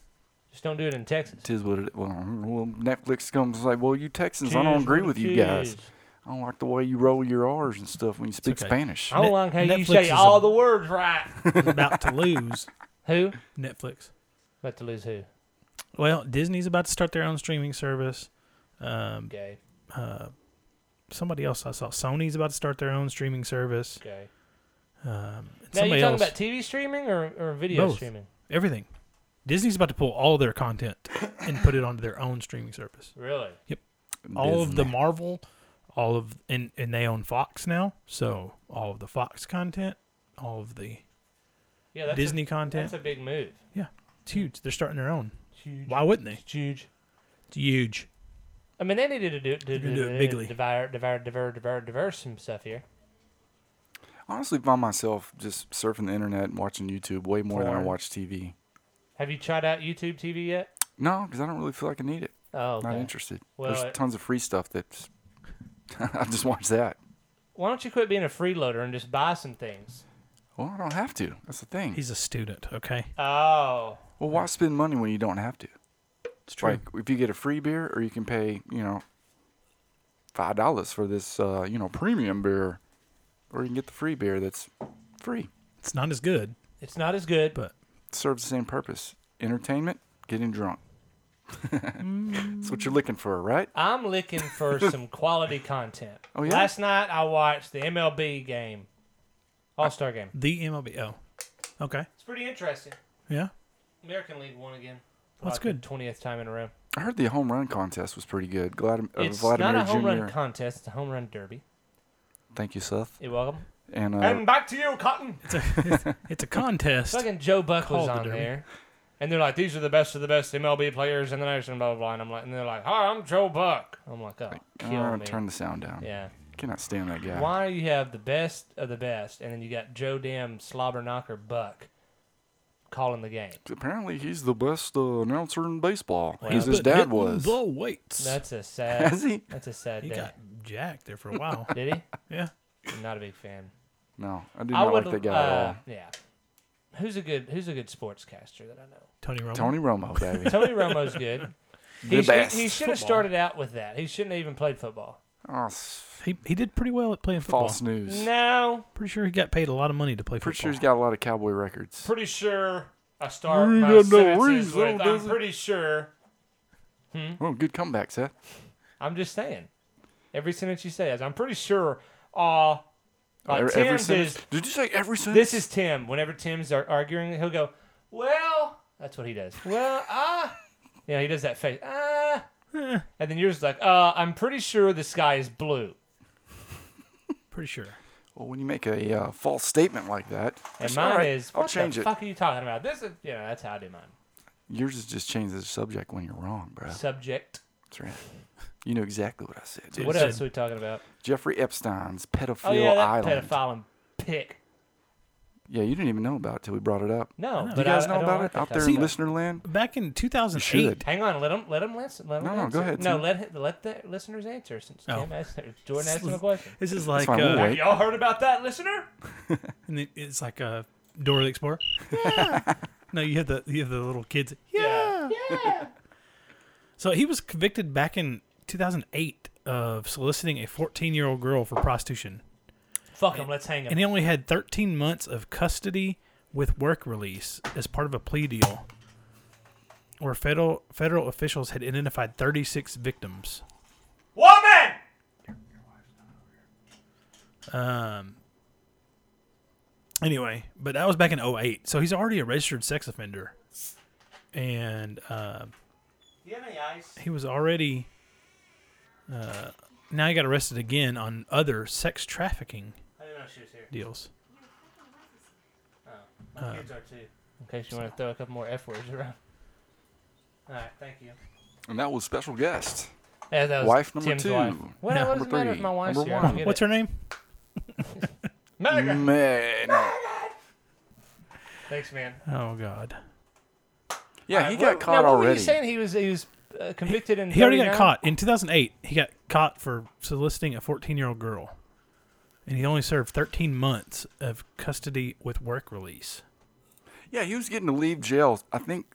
Just don't do it in Texas. tis what it. Well, well, Netflix comes like, well, you Texans, I don't agree with you guys. Jeez. I don't like the way you roll your R's and stuff when you speak okay. Spanish. I don't Net- like how you Netflix say is all a- the words right. about to lose who? Netflix. About to lose who? Well, Disney's about to start their own streaming service. Um, Gay. somebody else I saw, Sony's about to start their own streaming service. Gay. Um, and Now you somebody talking else, about TV streaming or, or video Both. streaming? everything. Disney's about to pull all their content and put it onto their own streaming service. Really? All of the Disney. Marvel, all of and and they own Fox now, so all of the Fox content, all of the Yeah, that's Disney a, content. That's a big move. yeah, it's huge. They're starting their own. Huge. Why wouldn't they? It's huge. It's huge. I mean, they needed to do to, gonna do, do it to bigly. Devour, devour, devour, devour, devour some stuff here. Honestly, find myself just surfing the internet and watching YouTube way more than I Porn. watch TV. Have you tried out YouTube TV yet? No, because I don't really feel like I need it. Oh, okay. Not interested. Well, There's it- tons of free stuff that's. I just watch that. Why don't you quit being a freeloader and just buy some things? Well, I don't have to. That's the thing. He's a student. Okay, Oh, well, why spend money when you don't have to? it's true. Like if you get a free beer, or you can pay, you know, five dollars for this, uh, you know, premium beer, or you can get the free beer that's free. It's not as good, it's not as good. but serves the same purpose: entertainment, getting drunk. Mm. that's what you're looking for, right? I'm looking for some quality content. Oh, yeah? Last night I watched the MLB game, All Star game. the MLB. Oh, okay, It's pretty interesting. yeah. American League won again. That's good. Twentieth time in a row. I heard the home run contest was pretty good. Glad uh, It's Vladimir not a home Jr. run contest. It's a home run derby. Thank you, Seth. You're welcome. And uh, and back to you, Cotton. It's a contest. Fucking Joe Buck was Called the on derby. there. And they're like, these are the best of the best MLB players in the nation, blah, blah, blah. And I'm like, and they're like, hi, I'm Joe Buck. I'm like, oh, kill uh, me. turn the sound down. yeah. Cannot stand that guy. Why do you have the best of the best, and then you got Joe Damn Slobber Knocker Buck calling the game? Apparently, he's the best uh, announcer in baseball. As his But dad hitting was. the weights. That's a sad. Has he? That's a sad he day. got jacked there for a while. Did he? yeah. I'm not a big fan. No, I do not like that guy uh, at all. Yeah. Who's a good Who's a good sportscaster that I know? Tony Romo. Tony Romo, baby. Tony Romo's good. the He, should, best. he should have started out with that. He shouldn't have even played football. Oh, s- He, he did pretty well at playing football. false news. No, Pretty sure he got paid a lot of money to play Pretty football. sure he's got a lot of cowboy records. pretty sure I start We my got no sentences reason, with. does I'm it?" pretty sure. Oh, good comeback, Seth. I'm just saying. Every sentence you say is, I'm pretty sure. Uh, like Every- every Tim's sentence- is Did you say every sentence? this is Tim. Whenever Tim's ar- arguing, he'll go, "Well, that's what he does." Well, ah, yeah, he does that face. Ah, and then yours is like, "Uh, I'm pretty sure the sky is blue." Pretty sure. Well, when you make a uh, false statement like that, And it's all mine right. is, I'll "What change the it. fuck are you talking about?" This is, you know, that's how I do mine. Yours is just change the subject when you're wrong, bro. Subject. That's right. You know exactly what I said. dude. What else are we talking about? Jeffrey Epstein's pedophile Oh yeah, that island. pedophile and pick. Yeah, you didn't even know about it till we brought it up. No, you but I, guys I know don't about like it that out there type in of stuff. listener land. Back in 2008. should. Hang on, let him let him listen. Let him No, no, answer. go ahead, No, Tim. let hi- let the listeners answer since Oh. Tim asked, Jordan asked him a question. This is like fine, we'll uh, wait. Have y'all heard about that, listener? and it- it's like uh, Dora the Explorer. no, you have the you have the little kids. Yeah. So he was convicted back in 2008 of soliciting a 14 year old girl for prostitution, Fuck him. Let's hang him. and he only had 13 months of custody with work release as part of a plea deal, where federal federal officials had identified 36 victims. Woman. Anyway, but that was back in 08. So he's already a registered sex offender. And uh, Do you have any ice? he was already. Uh, now he got arrested again on other sex trafficking I didn't know she was here. deals. My kids are too. Uh. In case you want to throw a couple more f words around. All right, thank you. And that was special guest. Yeah, that was Wife number Tim's two. Wife. What, No. what does it Number matter if three. my wife's Number here? I don't one. get What's it. her name? Megan. Man. Thanks, man. Oh, God. Yeah, he What- got caught now, What were you already. saying? He was he was uh, convicted in. He already got 39? caught. In 2008, he got caught for soliciting a 14 year old girl. And he only served 13 months of custody with work release. Yeah, he was getting to leave jail, I think,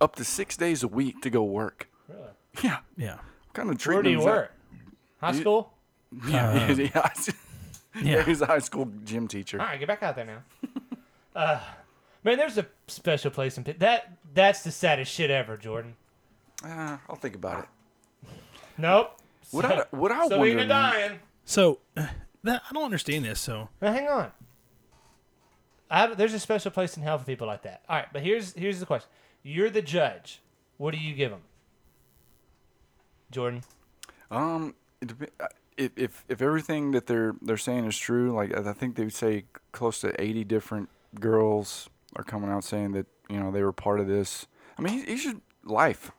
up to six days a week to go work. Really? Yeah. Yeah. What kind of Where treatment do you is that? work? High school. Yeah, yeah, yeah. Yeah. He's a high school gym teacher. All right, get back out there now. uh, man, there's a special place in Pitt. That that's the saddest shit ever, Jordan. Uh, I'll think about it. Nope. What I, what I so wonder, you're dying. So, uh, that, I don't understand this. So, Now, hang on. I have, there's a special place in hell for people like that. All right, but here's here's the question. You're the judge. What do you give them, Jordan? um, it dep- uh, if, if if everything that they're they're saying is true, like I think they would say close to eighty different girls are coming out saying that you know they were part of this. I mean, he, he should life.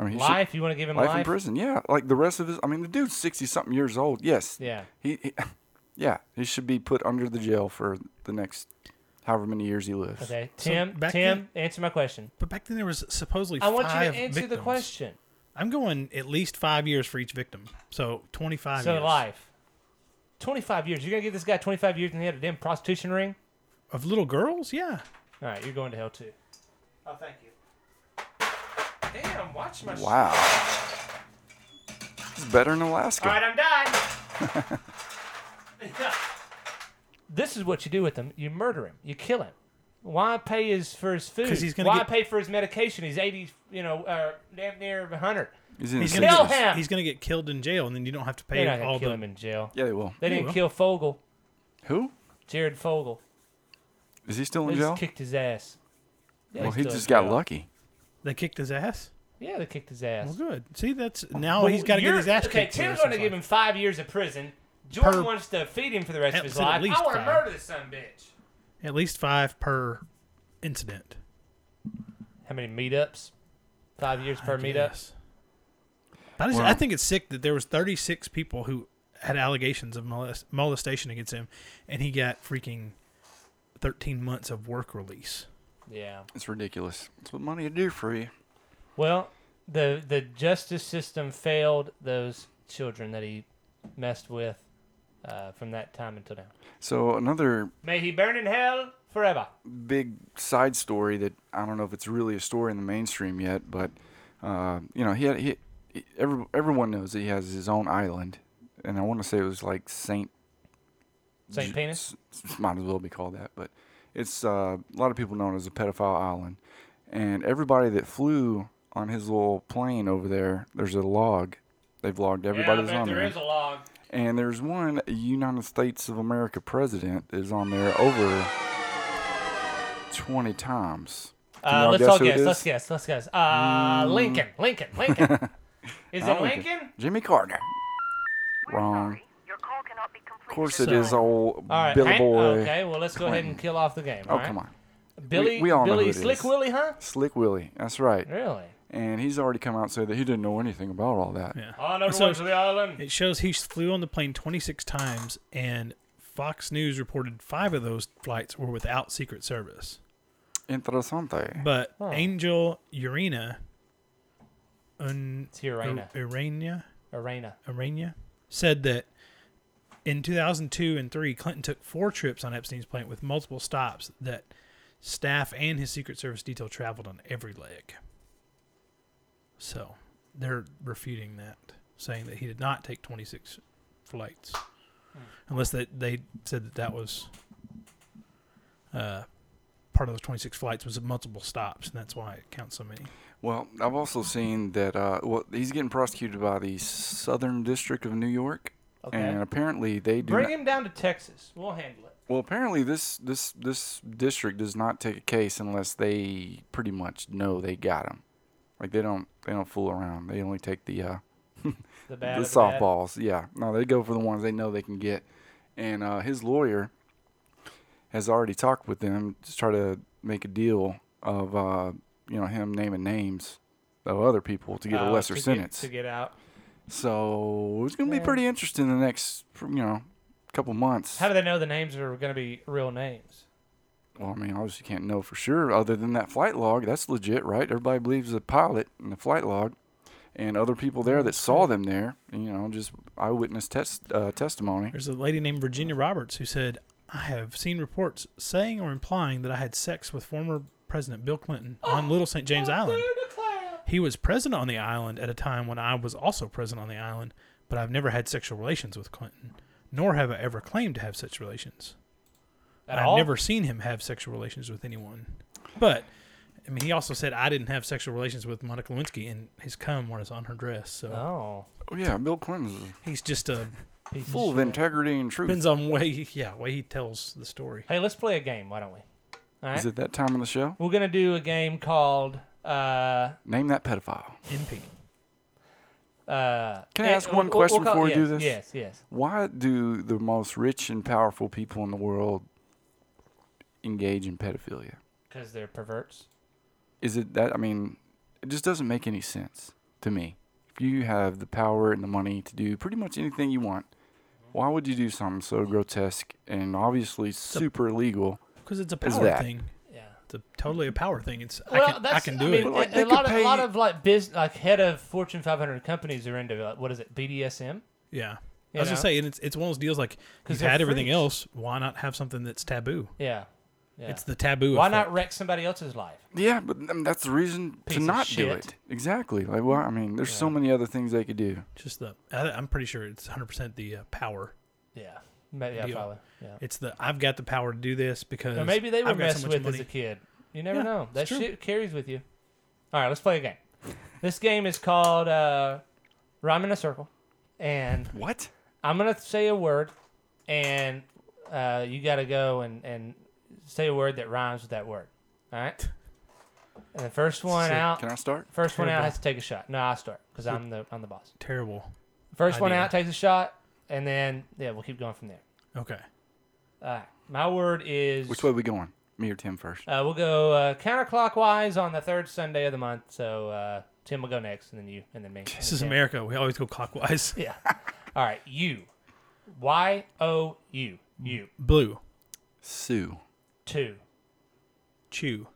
I mean, he should- Life? You want to give him life, life? in prison. Yeah, like the rest of his. I mean, the dude's sixty something years old. Yes. Yeah. He, he, yeah, he should be put under the jail for the next however many years he lives. Okay, Tim. back Tim, answer my question. but back then there was supposedly I want you to five answer the victims. question. I'm going at least five years for each victim. So 25 So years life. Twenty-five years. You're gonna give this guy twenty-five years and he had a damn prostitution ring. of little girls. Yeah, All right, you're going to hell too. Oh, thank you. Damn, watch my. All Wow. It's better than Alaska. right, I'm done. this is what you do with him. You murder him. You kill him. Why pay his for his food? 'Cause he's gonna Why get- pay for his medication? He's eighty, you know, uh, damn near hundred. He's in he's his gonna, Kill sixties. him! get, he's gonna get killed in jail, and then you don't have to pay They're not all gonna kill the. him in jail. Yeah, they will. They didn't will. kill Fogel, Who? Jared Fogel. Is he still They in just jail? kicked his ass. Yeah, Well, he's he still in just got jail. lucky. They kicked his ass. Yeah, they kicked his ass. Well, good. See, that's now Well, he's got to get you're- his ass Okay, kicked. for the Tim's rest of going to his give him life. five years of prison. Jordan Per- wants to feed him for the rest of his At- at life. least I want to five. murder this son of a bitch. at least five per incident. How many meetups? Five years per meetup. Yes. I, just, I Well- think it's sick that there was 36 people who had allegations of molest, molestation against him, and he got freaking 13 months of work release. Yeah. It's ridiculous. That's what money will do for you. Well, the the justice system failed those children that he messed with. uh, from that time until now. So another May he burn in hell forever. big side story that I don't know if it's really a story in the mainstream yet, but uh, you know, he had he, he- every, everyone knows that he has his own island, and I want to say it was like Saint Saint Penis. s- s- might as well be called that, but it's uh, a lot of people know it as a pedophile island, and everybody that flew on his little plane over there, there's a log. They've logged everybody that's on there, log. and there's one United States of America president is on there over twenty times. Can Uh, y'all let's all who it guess. is? Mm. Let's guess. Let's guess. Uh, Lincoln. Lincoln. Lincoln. Is I it like it. Lincoln? Jimmy Carter. Wrong. Of course, it is old All right. Billy Hank- Boy. Okay. Well, let's go ahead and kill off the game. Oh, all right? come on. Billy. we all know Billy who it Slick is. Willie, huh? Slick Willie. That's right. Really? And he's already come out and said that he didn't know anything about all that. Yeah. On over So- to the island. It shows he flew on the plane 26 times, and Fox News reported five of those flights were without Secret Service. Interesante. But Angel Urena, Un, It's Urena. Ur- Urania, Arena. Urania said that in 2002 and 3, Clinton took four trips on Epstein's plane with multiple stops that staff and his Secret Service detail traveled on every leg. So they're refuting that, saying that he did not take 26 flights, unless that they said that that was uh, part of those 26 flights was multiple stops, and that's why it counts so many. Well, I've also seen that uh, well, he's getting prosecuted by the Southern District of New York. Okay. And apparently they do. Bring not- him down to Texas. We'll handle it. well, apparently this this this district does not take a case unless they pretty much know they got him. Like they don't they don't fool around. They only take the uh, The bad. of the bad. softballs. Yeah, no, they go for the ones they know they can get. And uh, his lawyer has already talked with them to try to make a deal of uh, you know him naming names of other people to get a Uh, lesser to get- sentence. to get out. so it's gonna be pretty interesting the next you know couple months. How do they know the names are going to be real names? well, I mean, obviously you can't know for sure other than that flight log. That's legit, right? Everybody believes the pilot and the flight log. And other people there that saw them there, you know, just eyewitness test uh, testimony. There's a lady named Virginia Roberts who said, I have seen reports saying or implying that I had sex with former President Bill Clinton on Little St. Oh, James Island. He was president on the island at a time when I was also president on the island, but I've never had sexual relations with Clinton, nor have I ever claimed to have such relations. At I've all? never seen him have sexual relations with anyone. But, I mean, he also said I didn't have sexual relations with Monica Lewinsky, and his cum was on her dress. So Oh. Oh yeah, Bill Clinton's he's just a full of integrity and truth. depends on way he- yeah way he tells the story. Hey, let's play a game, why don't we? All right. Is it that time of the show? We're going to do a game called. Uh, Name that pedophile. NP. uh, Can I eh, ask one we'll- question we'll call- before we yes, do this? Yes, yes. Why do the most rich and powerful people in the world engage in pedophilia? Because they're perverts. Is it that? I mean, it just doesn't make any sense to me. If you have the power and the money to do pretty much anything you want, why would you do something so grotesque and obviously super illegal? Because it's a Is power that- thing. Yeah. It's a, totally a power thing. It's I can, I can do mean, it. Like, a, they a lot could of, a lot pay- of like business, like head of Fortune 500 companies are into like, what is it, BDSM? Yeah. You I was know? just saying, it's it's one of those deals like you've they're had everything freaks. else. Why not have something that's taboo? Yeah. yeah. It's the taboo. Why effect. not wreck somebody else's life? Yeah, but um, that's the reason Piece to of not do shit. it. Exactly. Like, well, I mean, there's so many other things they could do. Just the. I, I'm pretty sure it's 100 percent the uh, power. Yeah. Maybe, yeah, Deal. probably. Yeah. It's the I've got the power to do this because. Or maybe they were I've got messed so much with money. as a kid. You never Yeah, know. it's That true. shit carries with you. All right, let's play a game. This game is called uh, Rhyme in a Circle. And What? I'm going to say a word, and uh, you got to go and, and say a word that rhymes with that word. All right? And the first one Sick. out. Can I start? First one out Terrible. has to take a shot. No, I start because I'm the I'm the boss. Terrible. First one idea. out takes a shot, and then yeah, we'll keep going from there. Okay. All right, my word is Which way we going? Me or Tim first? Uh, we'll go uh, counterclockwise on the third Sunday of the month. So uh, Tim will go next, and then you, and then me. This is America. We always go clockwise. Yeah. All right. You. Y O U. You. Blue. Sue. Two. Chew.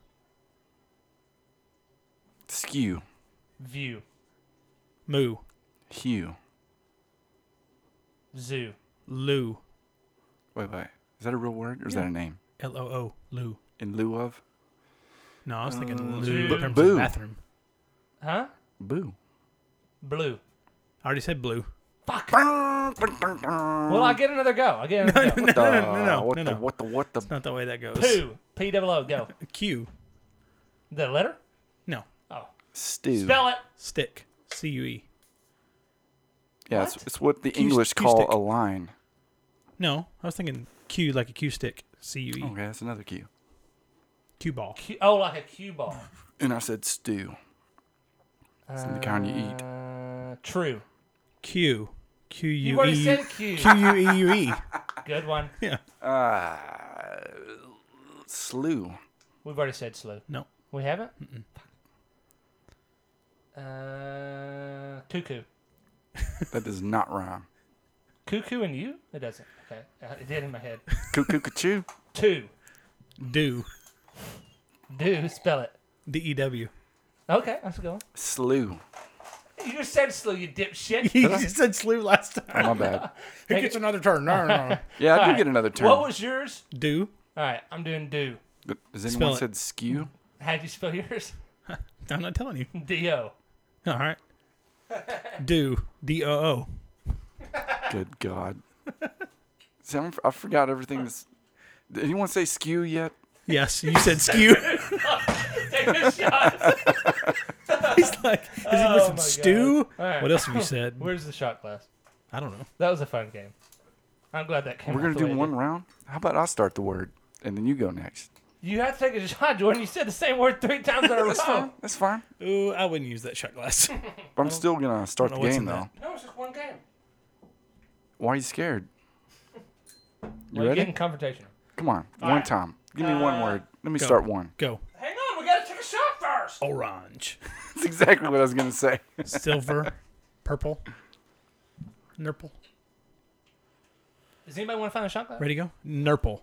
Skew. View. Moo. Hue. Zoo. Lou. Wait, wait. Is that a real word or is that a name? L O O Lou. In lieu of? No, I was thinking Lou dude. in terms Boo. of bathroom. Huh? Boo. Blue. I already said blue. Well, I get another go. I get another go. No, no, no, no, Uh, no, what no, the, no. What the, what the? It's not the way that goes. Poo. P double O. Go. Q. The letter? No. Stew. Spell it. Stick. C U E. Yeah, it's, it's what the Q- English Q call stick. a line. No, I was thinking Q like a Q stick. C U E. Oh. Okay, that's another Q. Q ball. Q- oh, like a cue ball. And I said stew. It's the kind you eat. Uh, true. Q. Q You U already E. said Q. Q U E U E. Good one. Yeah. Slew. We've already said slow. No. We haven't? Uh, cuckoo. That does not rhyme. Cuckoo and you? It doesn't. Okay. Uh, it did in my head. Cuckoo, cuckoo. Two. Do. Do. Spell it. D E W. Okay. That's a good one. Slew. You just said slow, you dipshit. You just said slew last time. My bad. Who gets another turn? No, no, no. Yeah, I All did right. get another turn. what was yours? Do. All right. I'm doing do. But Has Spell anyone it. said skew? How'd you spell yours? I'm not telling you. D-O. All right. Do. D O O. Good God. See, I'm, I forgot everything. That's, did anyone say skew yet? Yes, you said skew. Take a shot. He's like, is it with some Oh my stew? God. All right. What else have you said? Where's the shot glass? I don't know. That was a fun game. I'm glad that came We're out going the to way do it one did. round. How about I start the word and then you go next? You have to take a shot, Jordan. You said the same word three times in a row. That's fine. That's fine. Ooh, I wouldn't use that shot glass. But I'm still going to start I don't the know what's game, in though. that. No, it's just one game. Why are you scared? You We're ready? getting confrontational. Come on. one right. time. Give me one word. Let me Uh, go. start one. Go. Hang on, we gotta take a shot first. Orange, That's exactly what I was going to say. silver, purple, nurple. Does anybody want to find a shot glass? Ready to go? Nurple.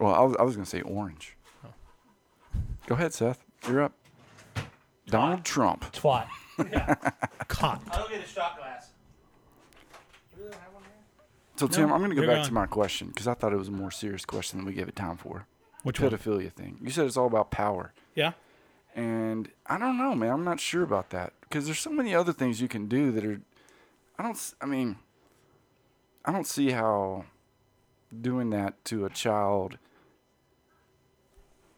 Well, I was, I was going to say orange. Go ahead, Seth. You're up. Donald Trump. Twat. Cot. I'll get a shot glass. So, Tim, I'm going to go you're back to on. my question because I thought it was a more serious question than we gave it time for. Which one? Pedophilia thing. You said it's all about power. Yeah. And I don't know, man. I'm not sure about that because there's so many other things you can do that are. I don't. s- I mean, I don't see how doing that to a child,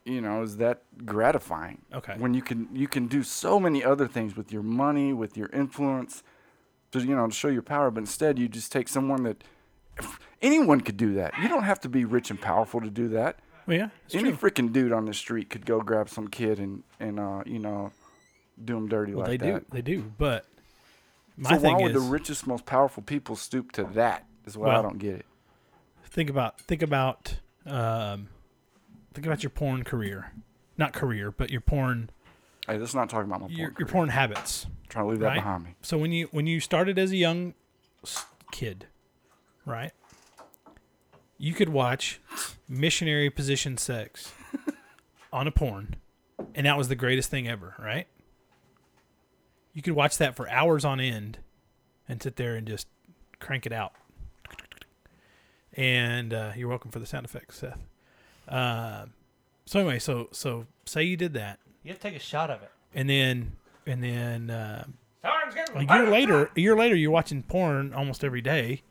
you know, is that gratifying. Okay. When you can you can do so many other things with your money, with your influence, to you know, to show your power. But instead, you just take someone that anyone could do that. You don't have to be rich and powerful to do that Well, Oh, yeah. It's any true. freaking dude on the street could go grab some kid and and uh, you know do him dirty Well, they like do. that. They do. But my So thing why would is, the richest, most powerful people stoop to that? Is why I Well- don't get it. think about think about um, think about your porn career, not career, but your porn Hey, let's not talk about my porn. your, your career. porn habits. Trying to leave that right? behind me. So when you when you started as a young s- kid, right? You could watch missionary position sex on a porn, and that was the greatest thing ever, right? You could watch that for hours on end, and sit there and just crank it out. And uh, you're welcome for the sound effects, Seth. Uh, so anyway, so so say you did that, You have to take a shot of it. and then and then. Uh, Someone's getting a year later, a year later, you're watching porn almost every day,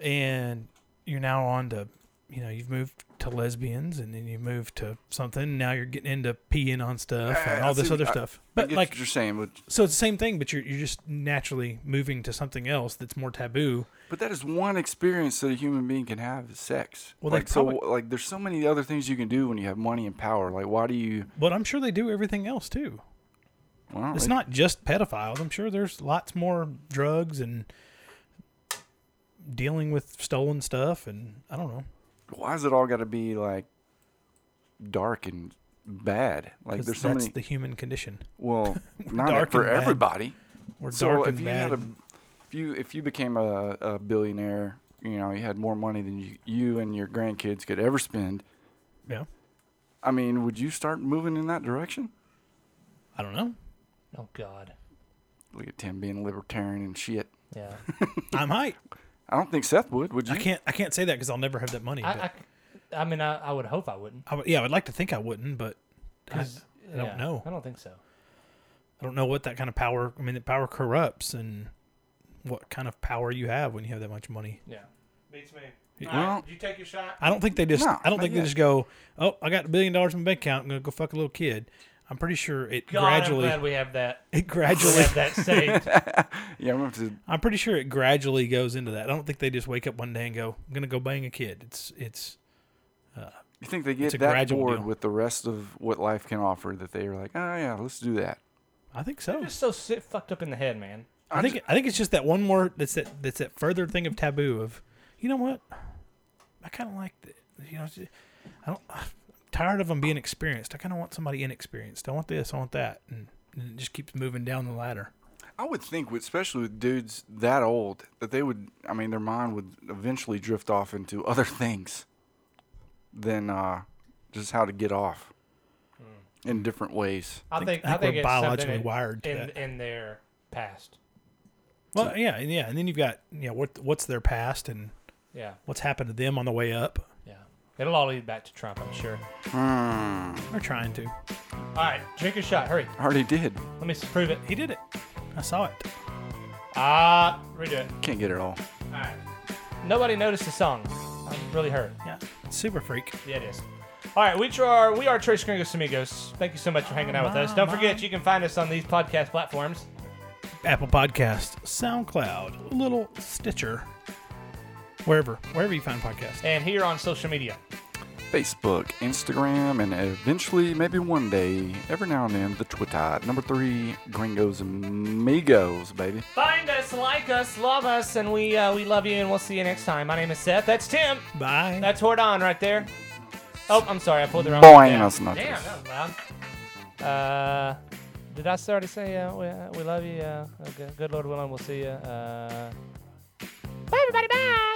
and you're now on to, you know, you've moved to lesbians, and then you moved to something. Now you're getting into peeing on stuff and all this see- other I- stuff. I But get like, what you're saying, but so it's the same thing, but you're you're just naturally moving to something else that's more taboo. but that is one experience that a human being can have is sex. Well, they like probably- so, like there's so many other things you can do when you have money and power. Like why do you? But I'm sure they do everything else too. Well, It's it- not just pedophiles. I'm sure there's lots more drugs and dealing with stolen stuff, and I don't know. Why is it all got to be like dark and bad? Like 'cause there's so that's many. the human condition. Well, dark not for and bad. everybody. We're So dark and if you bad. had a, if you if you became a, a billionaire, you know, you had more money than you, you and your grandkids could ever spend. Yeah. I mean, would you start moving in that direction? I don't know. Oh God. Look at Tim being libertarian and shit. Yeah. I might. I don't think Seth would. Would you? I can't. I can't say that because I'll never have that money. I, but I, I mean, I, I would hope I wouldn't. I would- yeah, I would like to think I wouldn't, but I, 'cause, I don't yeah, know. I don't think so. I don't know what that kind of power. I mean, that power corrupts, and what kind of power you have when you have that much money. Yeah. Beats me. Well- did you take your shot? I don't think they just. No, I don't not think they yet. just go. Oh, I got a billion dollars in my bank account. I'm gonna go fuck a little kid. I'm pretty sure it God, gradually. I'm glad we have that. It We gradually. have that saved. Yeah, I'm gonna have to. I'm pretty sure it gradually goes into that. I don't think they just wake up one day and go, "I'm gonna go bang a kid." It's it's You think they get a that gradual bored deal. with the rest of what life can offer that they are like, oh yeah, let's do that. I think so. Just so si fucked up in the head, man. I think I think it's just that one more that's that that's that further thing of taboo of, you know what, I kind of like the, you know, it's- I don't. I'm tired of them being experienced. I kind of want somebody inexperienced. I want this. I want that, and, and it just keeps moving down the ladder. I would think, with- especially with dudes that old, that they would. I mean, their mind would eventually drift off into other things than uh, just how to get off in different ways. I think, I I think think we're it's biologically something wired to in, that. in their past. Well, yeah, and yeah, and then you've got you know what what's their past and Yeah, what's happened to them on the way up. yeah. It'll all lead back to Trump, I'm sure. They're trying to. All right, drink your shot. Hurry. I already did. Let me s- prove it. He did it. I saw it. Ah, redo it. Can't get it all. All right. Nobody noticed the song. I'm really hurt. Yeah, super freak. Yeah, it is. All right, we are we are Trace Gringos Amigos. Thank you so much for hanging out with us. Don't forget, you can find us on these podcast platforms. Apple Podcast, SoundCloud, Little Stitcher, wherever wherever you find podcasts. and here on social media. Facebook, Instagram, and eventually, maybe one day, every now and then, the Twitter. Number three, Gringos Amigos, baby. Find us, like us, love us, and we uh, we love you, and we'll see you next time. My name is Seth. That's Tim. Bye. That's Hordon right there. Oh, I'm sorry, I pulled the wrong. Buenas one down. Damn, noches. that was loud. Uh, did I already say uh, we, uh, we love you? Uh, okay. Good Lord willing, we'll see you. Uh, bye, everybody. Bye.